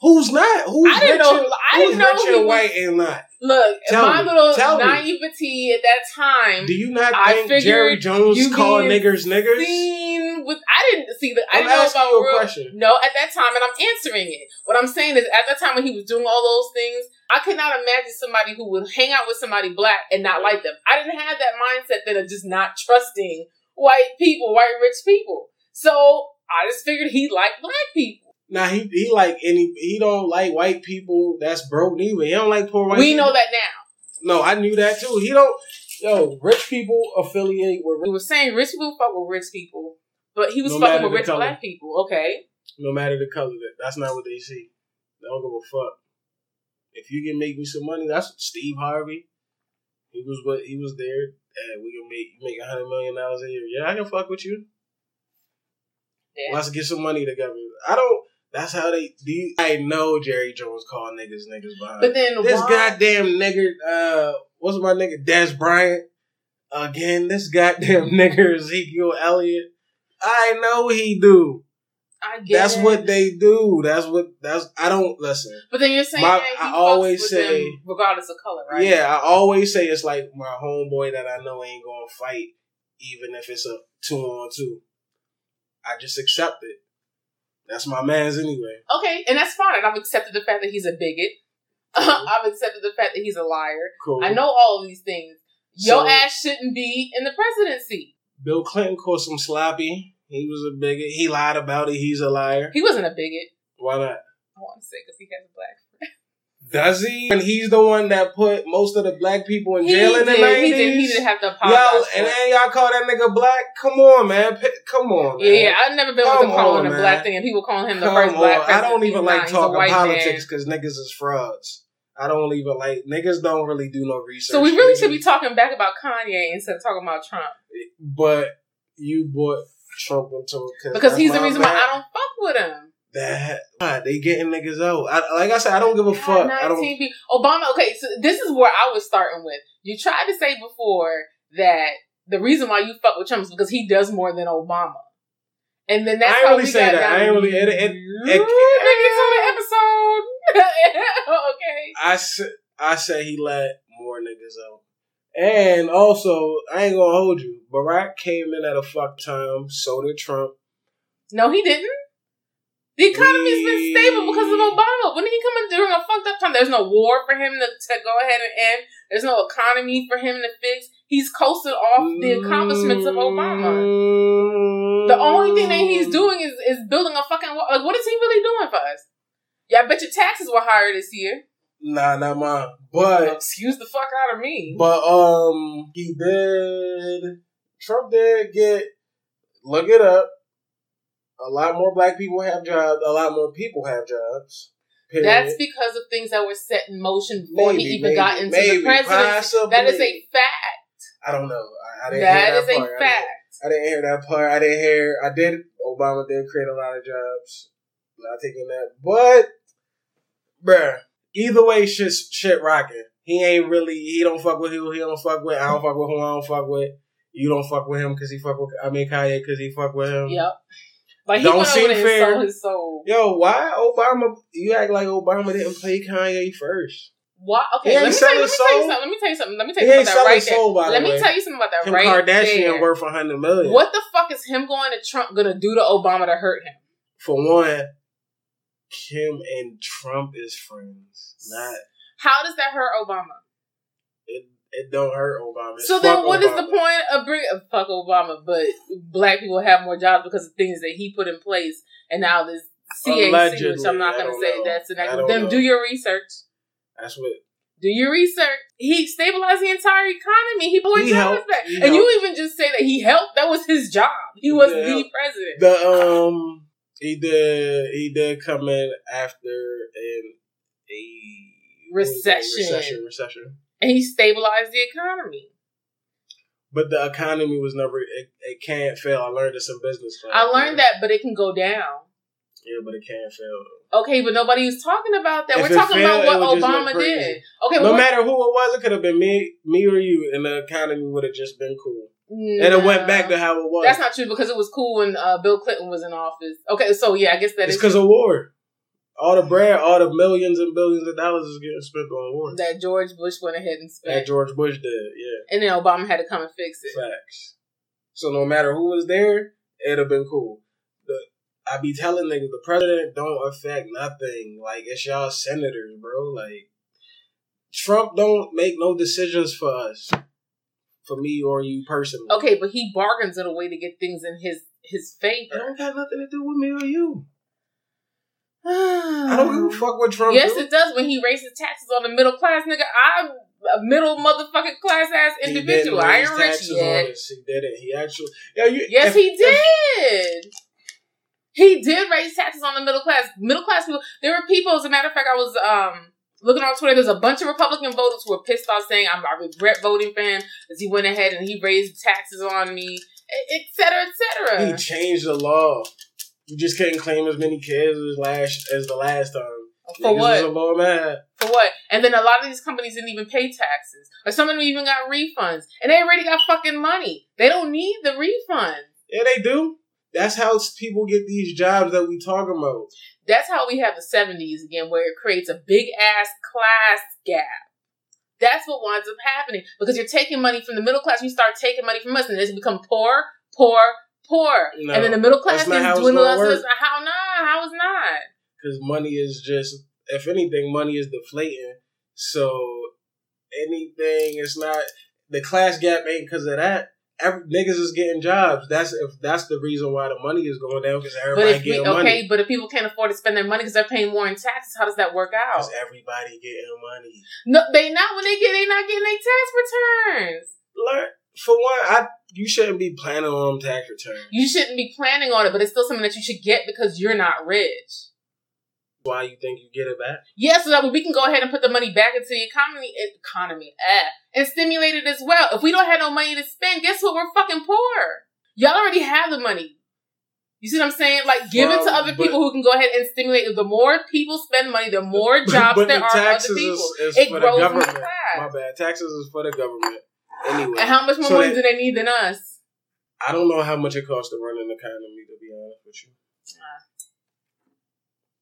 [SPEAKER 4] Who's not? Who's
[SPEAKER 3] I didn't
[SPEAKER 4] rich
[SPEAKER 3] know.
[SPEAKER 4] and-
[SPEAKER 3] I
[SPEAKER 4] who's
[SPEAKER 3] didn't know
[SPEAKER 4] rich
[SPEAKER 3] he was.
[SPEAKER 4] and white and not?
[SPEAKER 3] Look,
[SPEAKER 4] Tell
[SPEAKER 3] my
[SPEAKER 4] me.
[SPEAKER 3] little
[SPEAKER 4] Tell me.
[SPEAKER 3] naivety at that time.
[SPEAKER 4] Do you not
[SPEAKER 3] I
[SPEAKER 4] think
[SPEAKER 3] figured
[SPEAKER 4] Jerry Jones
[SPEAKER 3] you
[SPEAKER 4] called
[SPEAKER 3] did
[SPEAKER 4] niggers niggers?
[SPEAKER 3] Seen with I didn't see the I
[SPEAKER 4] I'm
[SPEAKER 3] didn't know
[SPEAKER 4] asking
[SPEAKER 3] about
[SPEAKER 4] you a
[SPEAKER 3] real-
[SPEAKER 4] question.
[SPEAKER 3] No, at that time, and I'm answering it. What I'm saying is, at that time when he was doing all those things, I could not imagine somebody who would hang out with somebody black and not like them. I didn't have that mindset then of just not trusting white people, white rich people. So I just figured he liked black people.
[SPEAKER 4] Now he he like any he don't like white people that's broke neither. He don't like poor white.
[SPEAKER 3] we
[SPEAKER 4] people.
[SPEAKER 3] know that now.
[SPEAKER 4] No, I knew that too. He don't. Yo, rich people affiliate with
[SPEAKER 3] We
[SPEAKER 4] rich,
[SPEAKER 3] were saying rich people fuck with rich people, but he was
[SPEAKER 4] No
[SPEAKER 3] fucking
[SPEAKER 4] matter
[SPEAKER 3] with
[SPEAKER 4] the
[SPEAKER 3] rich
[SPEAKER 4] color.
[SPEAKER 3] black people. Okay,
[SPEAKER 4] no matter the color. That that's not what they see. They don't give a fuck. If you can make me some money, that's Steve Harvey. He was what he was there. Hey, we can make make a hundred million dollars a year. Yeah, I can fuck with you.
[SPEAKER 3] yeah.
[SPEAKER 4] Let's get some money together. I don't. That's how they do. You, I know Jerry Jones called niggas niggas behind.
[SPEAKER 3] but then
[SPEAKER 4] this
[SPEAKER 3] why-
[SPEAKER 4] goddamn nigger, uh, what's my nigga, Des Bryant? Again, this goddamn nigger Ezekiel Elliott. I know he do.
[SPEAKER 3] I get
[SPEAKER 4] That's
[SPEAKER 3] it.
[SPEAKER 4] what they do. That's what that's. I don't listen.
[SPEAKER 3] But then you're saying
[SPEAKER 4] My-
[SPEAKER 3] that he
[SPEAKER 4] I
[SPEAKER 3] fucks
[SPEAKER 4] always
[SPEAKER 3] with
[SPEAKER 4] say-
[SPEAKER 3] them regardless of color, right?
[SPEAKER 4] Yeah, I always say it's like my homeboy that I know ain't gonna fight, even if it's a two on two. I just accept it. That's my man's anyway.
[SPEAKER 3] Okay, and that's fine. I've accepted the fact that he's a bigot. I've accepted the fact that he's a liar.
[SPEAKER 4] Cool.
[SPEAKER 3] I know all of these things. Your
[SPEAKER 4] So-
[SPEAKER 3] ass shouldn't be in the presidency.
[SPEAKER 4] Bill Clinton calls him sloppy. He was a bigot. He lied about it. He's a liar.
[SPEAKER 3] He wasn't a bigot.
[SPEAKER 4] Why not?
[SPEAKER 3] I want to say because he has a black.
[SPEAKER 4] Does he? And he's the one that put most of the black people in
[SPEAKER 3] He
[SPEAKER 4] jail in the
[SPEAKER 3] did. He did. He
[SPEAKER 4] nineties.
[SPEAKER 3] didn't have to apologize.
[SPEAKER 4] Y'all
[SPEAKER 3] for
[SPEAKER 4] and
[SPEAKER 3] it.
[SPEAKER 4] then y'all call that nigga black? Come on, man. P- Come on, man.
[SPEAKER 3] Yeah, yeah. I've never been
[SPEAKER 4] Come
[SPEAKER 3] with the calling
[SPEAKER 4] on,
[SPEAKER 3] a
[SPEAKER 4] man.
[SPEAKER 3] black thing, and people calling him the
[SPEAKER 4] Come
[SPEAKER 3] first black.
[SPEAKER 4] on. I
[SPEAKER 3] president.
[SPEAKER 4] don't
[SPEAKER 3] He's
[SPEAKER 4] even
[SPEAKER 3] not.
[SPEAKER 4] like
[SPEAKER 3] He's a
[SPEAKER 4] talking
[SPEAKER 3] white
[SPEAKER 4] politics
[SPEAKER 3] man.
[SPEAKER 4] because niggas is frauds. I don't even like niggas. Don't really do no research.
[SPEAKER 3] So we really should be
[SPEAKER 4] niggas.
[SPEAKER 3] talking back about Kanye instead of talking about Trump
[SPEAKER 4] but you brought Trump into it
[SPEAKER 3] because
[SPEAKER 4] that's
[SPEAKER 3] he's the
[SPEAKER 4] my
[SPEAKER 3] reason
[SPEAKER 4] man.
[SPEAKER 3] why I don't fuck with him.
[SPEAKER 4] That God, they getting niggas out. I, like I said, I don't give a fuck. I
[SPEAKER 3] God,
[SPEAKER 4] don't.
[SPEAKER 3] 19 pe- Obama. Okay, so this is where I was starting with. You tried to say before that the reason why you fuck with Trump is because he does more than Obama, and then that's
[SPEAKER 4] I ain't
[SPEAKER 3] how
[SPEAKER 4] really
[SPEAKER 3] we
[SPEAKER 4] say
[SPEAKER 3] got
[SPEAKER 4] that.
[SPEAKER 3] down
[SPEAKER 4] I ain't really- it- it- it-
[SPEAKER 3] Ooh, baby, it's on the episode. okay.
[SPEAKER 4] I s- I say he let more niggas out. And also, I ain't gonna hold you. Barack came in at a fuck time. So did Trump.
[SPEAKER 3] No, he didn't. The economy's been stable because of Obama. When did he come in during a fucked up time? There's no war for him to, to go ahead and end. There's no economy for him to fix. He's coasted off the accomplishments of Obama. The only thing that
[SPEAKER 4] Mm.
[SPEAKER 3] he's doing is, is building a fucking wall. Like, what is he really doing for us? Yeah, I bet your taxes were higher this year.
[SPEAKER 4] Nah, not mine. But
[SPEAKER 3] Excuse the fuck out of me.
[SPEAKER 4] but um, he did. Trump did get. Look it up. A lot more black people have jobs. A lot more people have jobs. Period.
[SPEAKER 3] That's because of things that were set in motion before he
[SPEAKER 4] Maybe,
[SPEAKER 3] even
[SPEAKER 4] maybe,
[SPEAKER 3] got into
[SPEAKER 4] maybe,
[SPEAKER 3] the presidency.
[SPEAKER 4] possibly.
[SPEAKER 3] That is a fact.
[SPEAKER 4] I don't know. I, I didn't
[SPEAKER 3] That
[SPEAKER 4] hear
[SPEAKER 3] is
[SPEAKER 4] that part.
[SPEAKER 3] a
[SPEAKER 4] I didn't-
[SPEAKER 3] fact.
[SPEAKER 4] I didn't hear that part. I didn't hear. I did. Obama did create a lot of jobs. Not taking that, but bruh. Either way, shit, shit rocking. He ain't really. He don't fuck with who he don't fuck with. I don't fuck with who I don't fuck with. You don't fuck with him because he fuck with. I mean Kanye because he fuck with him.
[SPEAKER 3] Yep. Like he
[SPEAKER 4] Don't
[SPEAKER 3] went over
[SPEAKER 4] seem
[SPEAKER 3] there and
[SPEAKER 4] fair.
[SPEAKER 3] sold his soul.
[SPEAKER 4] Yo, why Obama? You act like Obama didn't play Kanye first.
[SPEAKER 3] Why? Okay,
[SPEAKER 4] He
[SPEAKER 3] let
[SPEAKER 4] ain't
[SPEAKER 3] me, tell you, let me
[SPEAKER 4] selling
[SPEAKER 3] tell you something.
[SPEAKER 4] soul.
[SPEAKER 3] Let me tell you something. Let me tell
[SPEAKER 4] He
[SPEAKER 3] you something
[SPEAKER 4] ain't
[SPEAKER 3] about that
[SPEAKER 4] selling
[SPEAKER 3] right
[SPEAKER 4] soul by
[SPEAKER 3] there. Let
[SPEAKER 4] the
[SPEAKER 3] me
[SPEAKER 4] way.
[SPEAKER 3] tell you something about that
[SPEAKER 4] Kim
[SPEAKER 3] right
[SPEAKER 4] Kardashian
[SPEAKER 3] there.
[SPEAKER 4] worth a hundred million.
[SPEAKER 3] What the fuck is him going to Trump gonna do to Obama to hurt him?
[SPEAKER 4] For one, Kim and Trump is friends. Not
[SPEAKER 3] How does that hurt Obama?
[SPEAKER 4] it it don't hurt Obama. It's
[SPEAKER 3] so then,
[SPEAKER 4] fuck
[SPEAKER 3] what is
[SPEAKER 4] Obama.
[SPEAKER 3] the point of bring uh, fuck Obama? But black people have more jobs because of things that he put in place, and now this CAC, which
[SPEAKER 4] Allegedly,
[SPEAKER 3] I'm not
[SPEAKER 4] I
[SPEAKER 3] gonna
[SPEAKER 4] don't
[SPEAKER 3] say
[SPEAKER 4] know.
[SPEAKER 3] that's the
[SPEAKER 4] I
[SPEAKER 3] next.
[SPEAKER 4] don't
[SPEAKER 3] Then
[SPEAKER 4] know.
[SPEAKER 3] do your research.
[SPEAKER 4] That's what
[SPEAKER 3] Do your research. He stabilized the entire economy. He bought
[SPEAKER 4] He
[SPEAKER 3] jobs
[SPEAKER 4] helped.
[SPEAKER 3] back.
[SPEAKER 4] He
[SPEAKER 3] and you even just say that he helped. That was his job. He was
[SPEAKER 4] Yeah.
[SPEAKER 3] the president.
[SPEAKER 4] the um he did he did come in after an a
[SPEAKER 3] Recession.
[SPEAKER 4] recession recession.
[SPEAKER 3] and he stabilized the economy.
[SPEAKER 4] But the economy was never it, it can't fail. I learned this in business class.
[SPEAKER 3] I learned that, but it can go down.
[SPEAKER 4] Yeah, but it can't fail. though.
[SPEAKER 3] Okay, but nobody was talking about that.
[SPEAKER 4] If
[SPEAKER 3] We're
[SPEAKER 4] it
[SPEAKER 3] talking
[SPEAKER 4] failed,
[SPEAKER 3] about
[SPEAKER 4] it
[SPEAKER 3] what
[SPEAKER 4] would just
[SPEAKER 3] Obama
[SPEAKER 4] look crazy.
[SPEAKER 3] did. Okay,
[SPEAKER 4] No
[SPEAKER 3] we're-
[SPEAKER 4] matter who it was, it could have been me, me or you, and the economy would have just been cool. And it went back
[SPEAKER 3] No.
[SPEAKER 4] to how it was.
[SPEAKER 3] That's not true because it was cool when uh, Bill Clinton was in office. Okay, so yeah, I guess that
[SPEAKER 4] it's
[SPEAKER 3] is
[SPEAKER 4] because of war. All the bread, all the millions and billions of dollars is getting spent on war.
[SPEAKER 3] that George Bush went ahead and
[SPEAKER 4] that
[SPEAKER 3] spent,
[SPEAKER 4] George Bush did. Yeah,
[SPEAKER 3] and then Obama had to come and fix it.
[SPEAKER 4] facts. So no matter who was there, it'd have been cool. The, I be telling niggas the president don't affect nothing. Like it's y'all senators, bro. Like Trump don't make no decisions for us, for me or you personally.
[SPEAKER 3] Okay, but he bargains in a way to get things in his his
[SPEAKER 4] It
[SPEAKER 3] favor.
[SPEAKER 4] don't got nothing to do with me or you.
[SPEAKER 3] I
[SPEAKER 4] I don't give a fuck what Trump.
[SPEAKER 3] Um, Yes,
[SPEAKER 4] do.
[SPEAKER 3] it does. When he raises taxes on the middle class, nigga, I'm a middle motherfucking class ass
[SPEAKER 4] He didn't
[SPEAKER 3] individual. I
[SPEAKER 4] raise
[SPEAKER 3] ain't rich
[SPEAKER 4] taxes on
[SPEAKER 3] yet.
[SPEAKER 4] us. He didn't. He actually. Yeah, you,
[SPEAKER 3] Yes,
[SPEAKER 4] if-
[SPEAKER 3] he
[SPEAKER 4] if-
[SPEAKER 3] did. He did raise taxes on the middle class. Middle class people. There were people. As a matter of fact, I was um looking on Twitter. There's a bunch of Republican voters who were pissed off, saying, "I'm I regret voting for him because he went ahead and he raised taxes on me, e- et cetera, et cetera."
[SPEAKER 4] He changed the law. You just couldn't claim as many kids as last as the last time.
[SPEAKER 3] For
[SPEAKER 4] Niggas
[SPEAKER 3] what?
[SPEAKER 4] Was a little mad.
[SPEAKER 3] For what? And then a lot of these companies didn't even pay taxes. Or some of them even got refunds. And they already got fucking money. They don't need the refund.
[SPEAKER 4] Yeah, they do. That's how s- people get these jobs that we talking about.
[SPEAKER 3] That's how we have the 70s again, where it creates a big ass class gap. That's what winds up happening because you're taking money from the middle class. You start taking money from us, and it's become poor, poor, poor.
[SPEAKER 4] No,
[SPEAKER 3] and then the middle class
[SPEAKER 4] that's not how
[SPEAKER 3] is
[SPEAKER 4] it's
[SPEAKER 3] dwindling
[SPEAKER 4] gonna
[SPEAKER 3] us.
[SPEAKER 4] work.
[SPEAKER 3] It's not- How not? how it's not.
[SPEAKER 4] because money is just if anything money is deflating so anything it's not the class gap ain't because of that Every, niggas is getting jobs that's if that's the reason why the money is going down because
[SPEAKER 3] But
[SPEAKER 4] everybody
[SPEAKER 3] if we,
[SPEAKER 4] getting
[SPEAKER 3] okay,
[SPEAKER 4] money
[SPEAKER 3] but if people can't afford to spend their money because they're paying more in taxes, how does that work out?
[SPEAKER 4] because everybody getting money
[SPEAKER 3] No, they not when they get they not getting their tax returns.
[SPEAKER 4] learn for one i you shouldn't be planning on tax return
[SPEAKER 3] You shouldn't be planning on it, but it's still something that you should get because you're not rich.
[SPEAKER 4] why you think you get it back
[SPEAKER 3] Yes, so that way we can go ahead and put the money back into the economy, economy, eh, and stimulate it as well. If we don't have no money to spend, guess what? We're fucking poor. Y'all already have the money. You see what I'm saying? Like, give it to
[SPEAKER 4] Well,
[SPEAKER 3] other
[SPEAKER 4] but-
[SPEAKER 3] people who can go ahead and stimulate it. The more people spend money, the more jobs
[SPEAKER 4] But
[SPEAKER 3] there
[SPEAKER 4] the
[SPEAKER 3] are for
[SPEAKER 4] taxes
[SPEAKER 3] other people.
[SPEAKER 4] is- is
[SPEAKER 3] it
[SPEAKER 4] for the
[SPEAKER 3] grows middle
[SPEAKER 4] government. my
[SPEAKER 3] class.
[SPEAKER 4] bad taxes is for the government anyway
[SPEAKER 3] And how much more
[SPEAKER 4] So
[SPEAKER 3] money do
[SPEAKER 4] that-
[SPEAKER 3] they need than us?
[SPEAKER 4] I don't know how much it costs to run an economy, to be honest with you.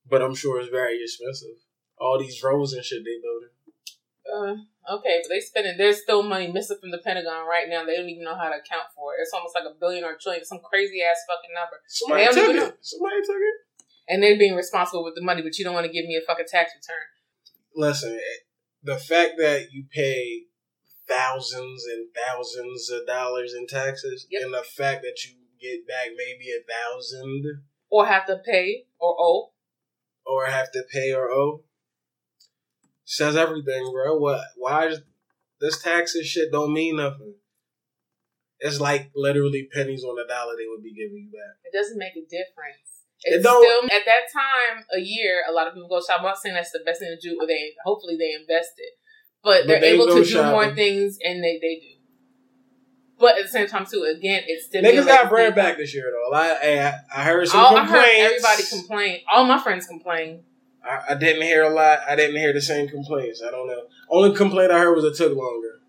[SPEAKER 4] But I'm sure it's very expensive. All these roads and shit they building.
[SPEAKER 3] Uh, okay, but they spending. There's still money missing from the Pentagon right now. They don't even know how to account for it. It's almost like a billion or a trillion, some crazy ass fucking number.
[SPEAKER 4] Somebody
[SPEAKER 3] They don't
[SPEAKER 4] took
[SPEAKER 3] even
[SPEAKER 4] it.
[SPEAKER 3] know.
[SPEAKER 4] Somebody took it.
[SPEAKER 3] and they're being responsible with the money, but you don't want to give me a fucking tax return.
[SPEAKER 4] Listen, the fact that you pay thousands and thousands of dollars in taxes,
[SPEAKER 3] Yep.
[SPEAKER 4] and the fact that you get back maybe a thousand
[SPEAKER 3] Or have to pay or owe.
[SPEAKER 4] or have to pay or owe, says everything, bro. What? Why is this taxes shit don't mean nothing? It's like literally pennies on a dollar they would be giving you back.
[SPEAKER 3] It doesn't make a difference.
[SPEAKER 4] It
[SPEAKER 3] It's
[SPEAKER 4] don't-
[SPEAKER 3] still at that time a year, a lot of people go shopping. I'm not saying that's the best thing to do, or they hopefully they invest it. But,
[SPEAKER 4] But
[SPEAKER 3] they're
[SPEAKER 4] they
[SPEAKER 3] able
[SPEAKER 4] go
[SPEAKER 3] to do
[SPEAKER 4] shopping.
[SPEAKER 3] more things and they, they do. But at the same time too, again, it's still
[SPEAKER 4] Niggas got bread back this year though. I I, I heard some
[SPEAKER 3] All, I
[SPEAKER 4] complaints.
[SPEAKER 3] heard everybody complain. All my friends complain.
[SPEAKER 4] I, I didn't hear a lot. I didn't hear the same complaints. I don't know. Only complaint I heard was it took longer.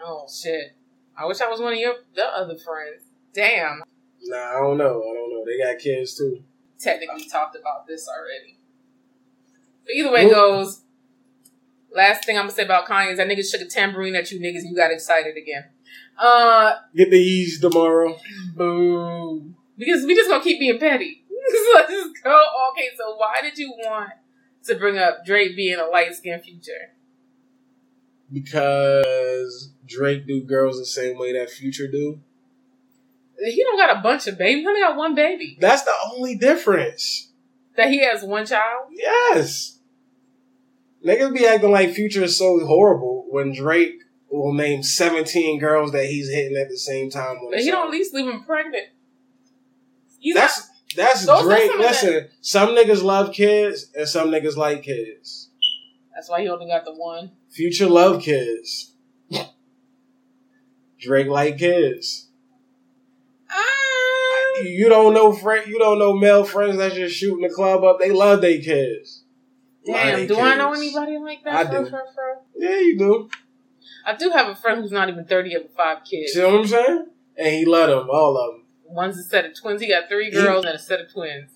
[SPEAKER 3] Oh shit! I wish I was one of your the other friends. Damn.
[SPEAKER 4] Nah, I don't know. I don't know. They got kids too.
[SPEAKER 3] technically talked about this already. But either way it
[SPEAKER 4] Nope.
[SPEAKER 3] goes, last thing I'm gonna say about Kanye is that nigga shook a tambourine at you niggas. You got excited again. Uh,
[SPEAKER 4] Get the ease tomorrow.
[SPEAKER 3] boo. Because we just gonna keep being petty. so let's just go. Okay, so why did you want to bring up Drake being a light skinned future?
[SPEAKER 4] Because Drake do girls the same way that Future do.
[SPEAKER 3] He don't got a bunch of babies. He only got one baby.
[SPEAKER 4] That's the only difference.
[SPEAKER 3] That he has one child.
[SPEAKER 4] Yes. Niggas be acting like Future is so horrible when Drake will name 17 girls that he's hitting at the same time. On the
[SPEAKER 3] But he don't
[SPEAKER 4] song.
[SPEAKER 3] at least leave him pregnant. He's not-
[SPEAKER 4] That's that's
[SPEAKER 3] Those are
[SPEAKER 4] Drake.
[SPEAKER 3] some of
[SPEAKER 4] Listen, some niggas love kids and some niggas like kids.
[SPEAKER 3] that's why he only got the one.
[SPEAKER 4] Future love kids. Drake like kids.
[SPEAKER 3] Ah.
[SPEAKER 4] You don't know friend. You don't know male friends that's just shooting the club up. They love they kids. Love
[SPEAKER 3] Damn,
[SPEAKER 4] they
[SPEAKER 3] do I know
[SPEAKER 4] kids.
[SPEAKER 3] anybody like that?
[SPEAKER 4] I
[SPEAKER 3] Fro,
[SPEAKER 4] do.
[SPEAKER 3] fro, fro?
[SPEAKER 4] Yeah, you do.
[SPEAKER 3] I do have a friend who's not even 30 of five kids.
[SPEAKER 4] See what I'm saying? And he loved them, all of them.
[SPEAKER 3] One's a set of twins. He got three
[SPEAKER 4] Yeah.
[SPEAKER 3] girls and a set of twins.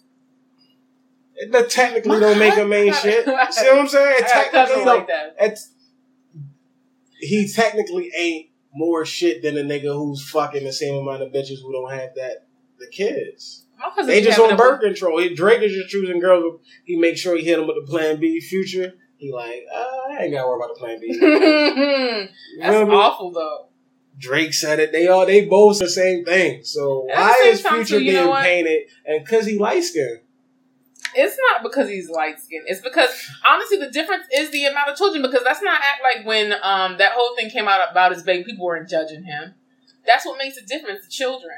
[SPEAKER 4] It that technically don't make him ain't shit. See what I'm saying?
[SPEAKER 3] I got
[SPEAKER 4] It
[SPEAKER 3] a
[SPEAKER 4] technically
[SPEAKER 3] cousin like
[SPEAKER 4] don't.
[SPEAKER 3] that.
[SPEAKER 4] It's, he technically ain't more shit than a nigga who's fucking the same amount of bitches who don't have that. The kids.
[SPEAKER 3] My cousin
[SPEAKER 4] They
[SPEAKER 3] be
[SPEAKER 4] just
[SPEAKER 3] having
[SPEAKER 4] on
[SPEAKER 3] a-
[SPEAKER 4] birth control. He, Drake is just choosing girls. who- He make sure he hit them with the plan B future. He like, uh, I ain't gotta worry about the plan B. You know
[SPEAKER 3] That's
[SPEAKER 4] what I mean?
[SPEAKER 3] awful, though.
[SPEAKER 4] Drake said it. They all they both the same thing. So
[SPEAKER 3] At the
[SPEAKER 4] why
[SPEAKER 3] same
[SPEAKER 4] is
[SPEAKER 3] time,
[SPEAKER 4] Future
[SPEAKER 3] too, you know
[SPEAKER 4] being
[SPEAKER 3] what?
[SPEAKER 4] painted? And cause he light skinned.
[SPEAKER 3] It's not because he's light skinned. It's because, honestly, the difference is the amount of children. Because that's not act like when um, that whole thing came out about his baby, people weren't judging him. That's what makes a difference the children.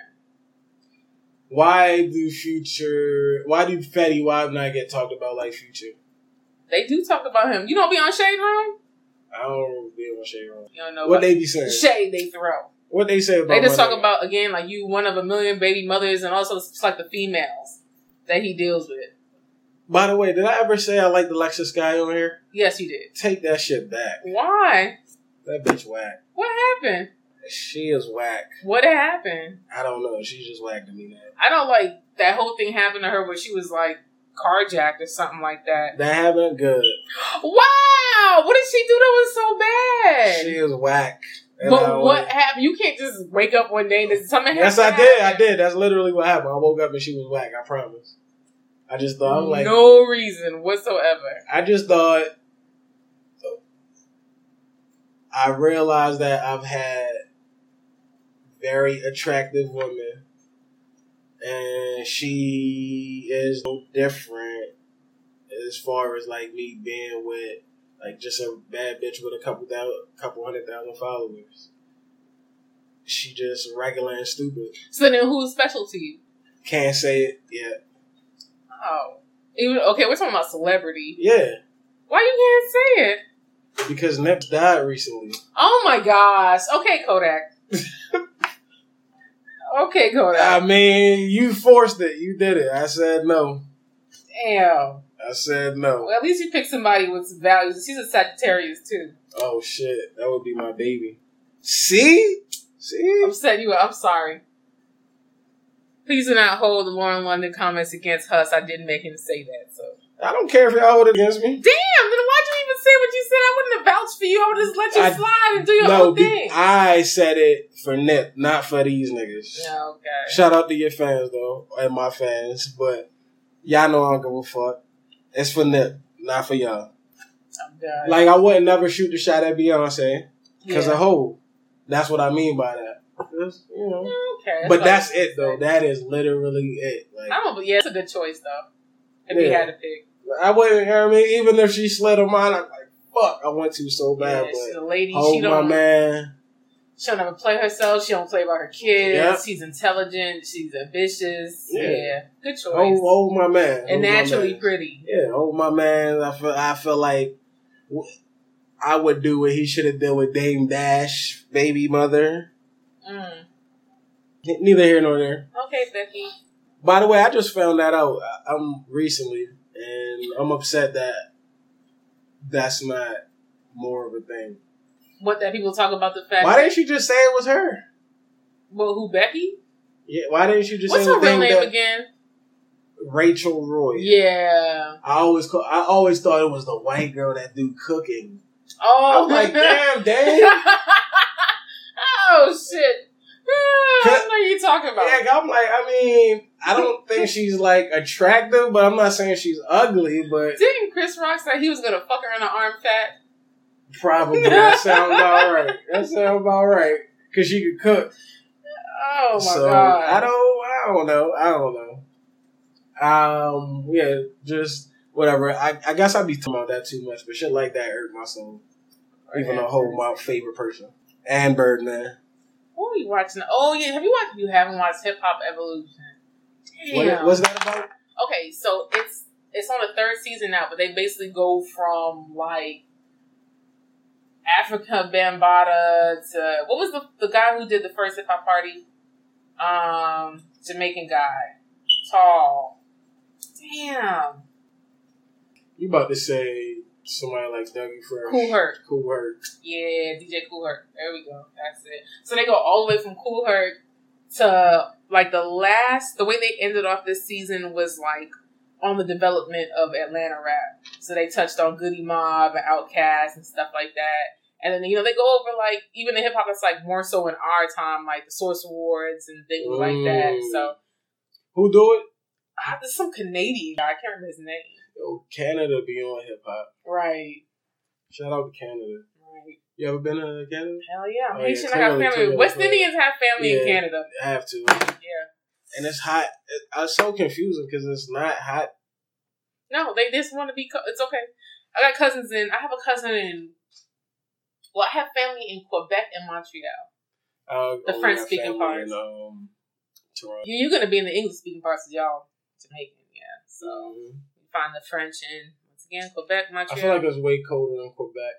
[SPEAKER 4] Why do Future? Why do Fetty Wap not get talked about like Future?
[SPEAKER 3] They do talk about him. You don't be on Shade Room?
[SPEAKER 4] I don't be able to share on.
[SPEAKER 3] You don't know
[SPEAKER 4] What
[SPEAKER 3] about
[SPEAKER 4] they be saying?
[SPEAKER 3] shade they throw.
[SPEAKER 4] What they say about?
[SPEAKER 3] They just
[SPEAKER 4] my
[SPEAKER 3] talk
[SPEAKER 4] nigga?
[SPEAKER 3] about again like you one of a million baby mothers and also it's like the females that he deals with.
[SPEAKER 4] By the way, did I ever say I like the Lexus guy on here?
[SPEAKER 3] Yes, you did.
[SPEAKER 4] Take that shit back.
[SPEAKER 3] Why?
[SPEAKER 4] That bitch whack.
[SPEAKER 3] What happened?
[SPEAKER 4] She is whack.
[SPEAKER 3] What happened?
[SPEAKER 4] I don't know. She's just whack to me now.
[SPEAKER 3] I don't like that whole thing happened to her where she was like carjacked or something like that.
[SPEAKER 4] That happened good.
[SPEAKER 3] Wow, what did she do that was so bad?
[SPEAKER 4] She is whack. And I
[SPEAKER 3] but
[SPEAKER 4] don't
[SPEAKER 3] what
[SPEAKER 4] know.
[SPEAKER 3] happened? You can't just wake up one day and there's something.
[SPEAKER 4] Yes, I
[SPEAKER 3] happened.
[SPEAKER 4] did. I did. That's literally what happened. I woke up and she was whack. I promise. I just thought I'm like
[SPEAKER 3] Mm, no reason whatsoever.
[SPEAKER 4] I just thought I realized that I've had very attractive women, and she is no different as far as like me being with like just a bad bitch with a couple thousand, couple hundred thousand followers. She just regular and stupid.
[SPEAKER 3] So then, who's special to you?
[SPEAKER 4] Can't say it yet.
[SPEAKER 3] Oh, even okay. We're talking about celebrity.
[SPEAKER 4] Yeah,
[SPEAKER 3] Why you can't say it?
[SPEAKER 4] because Nips died recently.
[SPEAKER 3] Oh my gosh. Okay, Kodak. okay,
[SPEAKER 4] I
[SPEAKER 3] Kodak.
[SPEAKER 4] mean, you forced it. You did it. I said no.
[SPEAKER 3] Damn.
[SPEAKER 4] I said no.
[SPEAKER 3] Well, at least you picked somebody with some values. She's a Sagittarius too.
[SPEAKER 4] Oh shit, that would be my baby. See, see,
[SPEAKER 3] I'm setting you up. I'm sorry. Please do not hold the Lauren London comments against Huss. I didn't make him say that. So
[SPEAKER 4] I don't care if y'all hold it against me.
[SPEAKER 3] damn. Then why'd you even say what you said? I wouldn't have vouched for you. I would just let you
[SPEAKER 4] I-
[SPEAKER 3] slide and do your
[SPEAKER 4] No,
[SPEAKER 3] own
[SPEAKER 4] be-
[SPEAKER 3] thing.
[SPEAKER 4] I said it for Nip, not for these niggas.
[SPEAKER 3] No, okay.
[SPEAKER 4] Shout out to your fans though, and my fans, but y'all know I don't give a fuck. It's for Nip, not for y'all.
[SPEAKER 3] I'm done.
[SPEAKER 4] Like I wouldn't never shoot the shot at Beyonce because
[SPEAKER 3] Yeah.
[SPEAKER 4] a hoe. That's what I mean by that. That's- you know.
[SPEAKER 3] Okay.
[SPEAKER 4] But
[SPEAKER 3] all
[SPEAKER 4] that's
[SPEAKER 3] I was
[SPEAKER 4] it though.
[SPEAKER 3] gonna say.
[SPEAKER 4] That is literally it. Like
[SPEAKER 3] I don't. Yeah, it's a good choice though. If you
[SPEAKER 4] Yeah.
[SPEAKER 3] had to pick,
[SPEAKER 4] I wouldn't, you know what I mean? Even if she slid on mine, I'm like, fuck, I want to so
[SPEAKER 3] yeah,
[SPEAKER 4] bad,
[SPEAKER 3] she's
[SPEAKER 4] but
[SPEAKER 3] a lady. She
[SPEAKER 4] hold my
[SPEAKER 3] don't.
[SPEAKER 4] man.
[SPEAKER 3] She don't ever play herself. She don't play about her kids.
[SPEAKER 4] Yep.
[SPEAKER 3] She's intelligent. She's ambitious.
[SPEAKER 4] Yeah.
[SPEAKER 3] Yeah, good choice.
[SPEAKER 4] Hold, hold my man. Hold
[SPEAKER 3] and
[SPEAKER 4] my
[SPEAKER 3] naturally
[SPEAKER 4] man.
[SPEAKER 3] pretty.
[SPEAKER 4] Yeah, hold my man. I feel, I feel like w- I would do what he should have done with Dame Dash, baby mother.
[SPEAKER 3] Mm.
[SPEAKER 4] N- Neither here nor there.
[SPEAKER 3] Okay, Becky.
[SPEAKER 4] By the way, I just found that out I- I'm recently, and I'm upset that that's not more of a thing.
[SPEAKER 3] What that people talk about the fact?
[SPEAKER 4] Why didn't she just say it was her?
[SPEAKER 3] well, who Becky?
[SPEAKER 4] Yeah, why didn't she just
[SPEAKER 3] What's
[SPEAKER 4] say
[SPEAKER 3] her
[SPEAKER 4] the
[SPEAKER 3] real
[SPEAKER 4] thing
[SPEAKER 3] name
[SPEAKER 4] that Oh,
[SPEAKER 3] again?
[SPEAKER 4] Rachel Roy?
[SPEAKER 3] Yeah.
[SPEAKER 4] I always call, I always thought it was the white girl that do cooking.
[SPEAKER 3] Oh
[SPEAKER 4] I'm like, damn, dang. Yeah,
[SPEAKER 3] oh shit. Ah, I know what you're talking about.
[SPEAKER 4] I'm like, I mean, I don't think she's like attractive, but I'm not saying she's ugly, but
[SPEAKER 3] Didn't Chris Rock say he was gonna fuck her in the arm fat?
[SPEAKER 4] probably that sounds about right. That sounds about right because she could cook.
[SPEAKER 3] Oh my
[SPEAKER 4] so
[SPEAKER 3] god!
[SPEAKER 4] I don't, I don't know, I don't know. Um, yeah, just whatever. I, I guess I'd be talking about that too much, but shit like that hurt my soul.
[SPEAKER 3] Oh,
[SPEAKER 4] Even though whole my favorite person and Birdman.
[SPEAKER 3] What are you watching? Oh yeah, have you watched? You haven't watched Hip Hop Evolution.
[SPEAKER 4] What,
[SPEAKER 3] Damn.
[SPEAKER 4] what's that about?
[SPEAKER 3] okay, so it's it's on the third season now, but they basically go from like Africa Bambata to what was the the guy who did the first hip hop party? Um, Jamaican guy, tall. Damn,
[SPEAKER 4] You about to say somebody like Dougie Fresh.
[SPEAKER 3] Cool Herc.
[SPEAKER 4] Cool Herc.
[SPEAKER 3] Yeah, DJ Cool Herc. There we go. That's it. So they go all the way from Cool Herc to like the last. The way they ended off this season was like on the development of Atlanta rap. So they touched on Goody Mob and Outkast and stuff like that. And then you know they go over like even the hip hop that's like more so in our time, like the Source Awards and things like that.
[SPEAKER 4] Mm.
[SPEAKER 3] So
[SPEAKER 4] Who do it?
[SPEAKER 3] ah, there's some Canadian guy. I can't remember his name.
[SPEAKER 4] Yo, Oh, Canada be on hip hop.
[SPEAKER 3] Right.
[SPEAKER 4] Shout out to Canada.
[SPEAKER 3] Right.
[SPEAKER 4] You ever been to Canada?
[SPEAKER 3] Hell yeah. I'm
[SPEAKER 4] Oh, yeah,
[SPEAKER 3] Haitian. I
[SPEAKER 4] clearly,
[SPEAKER 3] got family.
[SPEAKER 4] clearly,
[SPEAKER 3] West
[SPEAKER 4] clearly.
[SPEAKER 3] Indians have family in
[SPEAKER 4] Yeah.
[SPEAKER 3] Canada.
[SPEAKER 4] I have to.
[SPEAKER 3] Yeah.
[SPEAKER 4] And it's hot. It, it's so confusing because it's not hot.
[SPEAKER 3] No, they just want to be. Co- it's okay. I got cousins in. I have a cousin in. Well, I have family in Quebec and Montreal.
[SPEAKER 4] Uh,
[SPEAKER 3] The
[SPEAKER 4] we
[SPEAKER 3] French-speaking
[SPEAKER 4] got family
[SPEAKER 3] parts.
[SPEAKER 4] in, um, Toronto.
[SPEAKER 3] You, you're gonna be in the English speaking parts of y'all Jamaican, yeah. So
[SPEAKER 4] Mhm.
[SPEAKER 3] you find the French in once again Quebec,
[SPEAKER 4] I
[SPEAKER 3] Montreal.
[SPEAKER 4] feel like it's way colder in Quebec.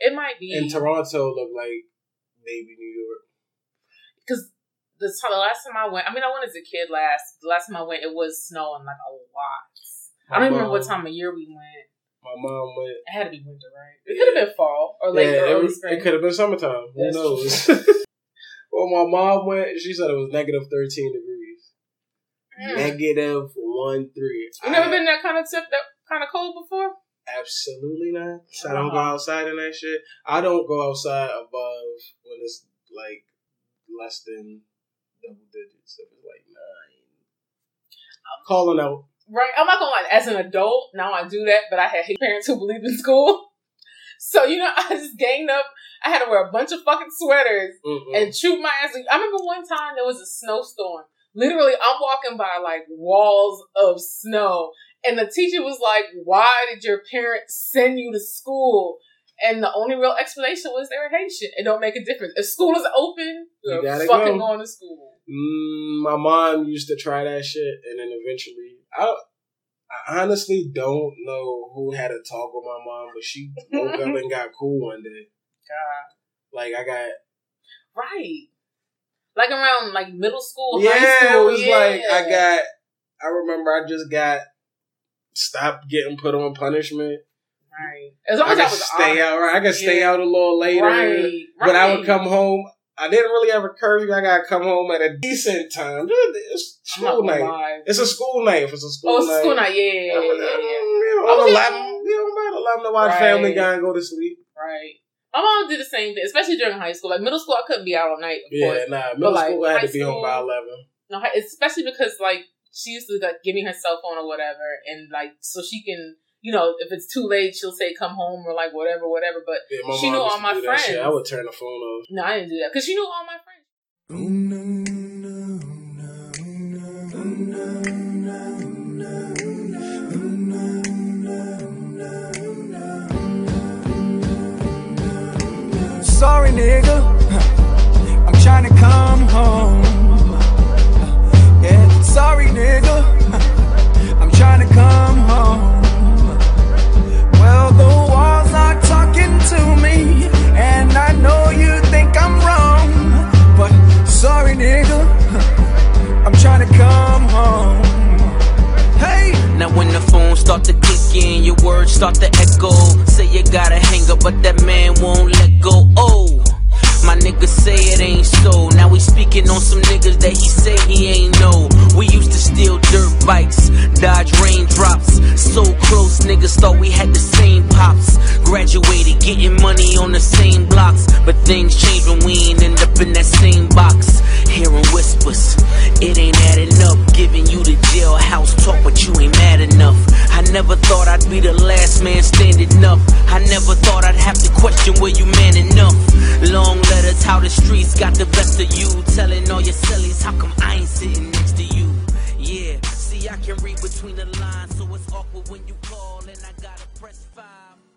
[SPEAKER 3] it might be
[SPEAKER 4] And Toronto look like maybe New York.
[SPEAKER 3] because the, t- the last time I went, I mean, I went as a kid. Last the last time I went, it was snowing like a lot. I don't even remember what time of year we went.
[SPEAKER 4] My mom went.
[SPEAKER 3] It had to be winter, right? It could have been fall or late
[SPEAKER 4] yeah,
[SPEAKER 3] or
[SPEAKER 4] it,
[SPEAKER 3] early
[SPEAKER 4] was- it
[SPEAKER 3] spring.
[SPEAKER 4] could have been summertime. Who
[SPEAKER 3] That's
[SPEAKER 4] knows? well, my mom went. She said it was negative thirteen degrees.
[SPEAKER 3] Mm.
[SPEAKER 4] Negative one three.
[SPEAKER 3] You never
[SPEAKER 4] I-
[SPEAKER 3] been that kind of tip, that kind of cold before?
[SPEAKER 4] Absolutely not. So I don't go
[SPEAKER 3] Uh-huh.
[SPEAKER 4] outside and that shit. I don't go outside above when it's like less than double digits. So it's like nine. I'm calling out.
[SPEAKER 3] right? I'm not gonna lie. As an adult, now I do that, but I had hate parents who believed in school. So you know, I just ganged up. I had to wear a bunch of fucking sweaters
[SPEAKER 4] Mm.
[SPEAKER 3] and shoot my ass. I remember one time there was a snowstorm. Literally, I'm walking by like walls of snow, and the teacher was like, "Why did your parents send you to school?" And the only real explanation was they were Haitian. It don't make a difference. If school is open,
[SPEAKER 4] You
[SPEAKER 3] you're
[SPEAKER 4] gotta
[SPEAKER 3] fucking
[SPEAKER 4] go.
[SPEAKER 3] going to school.
[SPEAKER 4] Mm, my mom used to try that shit, and then eventually, I, I honestly don't know who had a talk with my mom, but she woke up and got cool one day.
[SPEAKER 3] God,
[SPEAKER 4] Like I got,
[SPEAKER 3] right? Like around like middle school, high
[SPEAKER 4] yeah, it
[SPEAKER 3] school.
[SPEAKER 4] was
[SPEAKER 3] yeah.
[SPEAKER 4] like I got. I remember I just got stopped getting put on punishment.
[SPEAKER 3] right. As long
[SPEAKER 4] I
[SPEAKER 3] as I,
[SPEAKER 4] could
[SPEAKER 3] was
[SPEAKER 4] stay out. Right, I could stay
[SPEAKER 3] Yeah.
[SPEAKER 4] out a little later.
[SPEAKER 3] right,
[SPEAKER 4] But I would
[SPEAKER 3] right.
[SPEAKER 4] come home. I didn't really have a curfew. I got to come home at a decent time. It's
[SPEAKER 3] I'm not
[SPEAKER 4] school
[SPEAKER 3] gonna
[SPEAKER 4] night.
[SPEAKER 3] lie.
[SPEAKER 4] It's a school night. If it's a school
[SPEAKER 3] Oh, it's
[SPEAKER 4] night.
[SPEAKER 3] school night. Yeah, yeah, yeah,
[SPEAKER 4] Yeah, but,
[SPEAKER 3] yeah,
[SPEAKER 4] um,
[SPEAKER 3] yeah.
[SPEAKER 4] you know,
[SPEAKER 3] Oh,
[SPEAKER 4] I'm
[SPEAKER 3] yeah.
[SPEAKER 4] allowed- you know, I'm not allowed to watch
[SPEAKER 3] Right.
[SPEAKER 4] Family Guy and go to sleep.
[SPEAKER 3] Right. My mom did the same thing, especially during high school. Like middle school, I couldn't be out all night. Of
[SPEAKER 4] Yeah,
[SPEAKER 3] course.
[SPEAKER 4] nah. Middle
[SPEAKER 3] like,
[SPEAKER 4] school, I had
[SPEAKER 3] high
[SPEAKER 4] to be home by
[SPEAKER 3] school-
[SPEAKER 4] eleven.
[SPEAKER 3] No, hi- especially because like she used to like give me her cell phone or whatever, and like so she can, you know, if it's too late, she'll say come home or like whatever, whatever. But
[SPEAKER 4] Yeah, my
[SPEAKER 3] She
[SPEAKER 4] mom
[SPEAKER 3] knew
[SPEAKER 4] used
[SPEAKER 3] all
[SPEAKER 4] to
[SPEAKER 3] my
[SPEAKER 4] do that shit.
[SPEAKER 3] friends.
[SPEAKER 4] I would turn the phone off.
[SPEAKER 3] no, I didn't do that because she knew all my friends.
[SPEAKER 5] Sorry, nigga. I'm trying to come home. Yeah, sorry, nigga. I'm trying to come home. Well, the walls are talking to me, and I know you think I'm wrong. But sorry, nigga. I'm trying to come home. Hey!
[SPEAKER 6] Now when the phone start to kick in, your words start to echo. Say you gotta hang up, but that man won't let go. Oh, my niggas say it ain't so. Now we speaking on some niggas that he say he ain't know. We used to steal dirt bikes, dodge raindrops. So close, niggas thought we had the same pops. Graduated, getting money on the same blocks. But things change when we ain't end up in that same box. Hearing whispers, it ain't adding up. Giving you the jailhouse talk, but you ain't mad enough. I never thought I'd be the last man standing up. I never thought I'd have to question where you man enough. Long letters, how the streets got the best of you. Telling all your sillies, how come I ain't sitting next to you? Yeah, see, I can read between the lines, so it's awkward when you call and I gotta press five.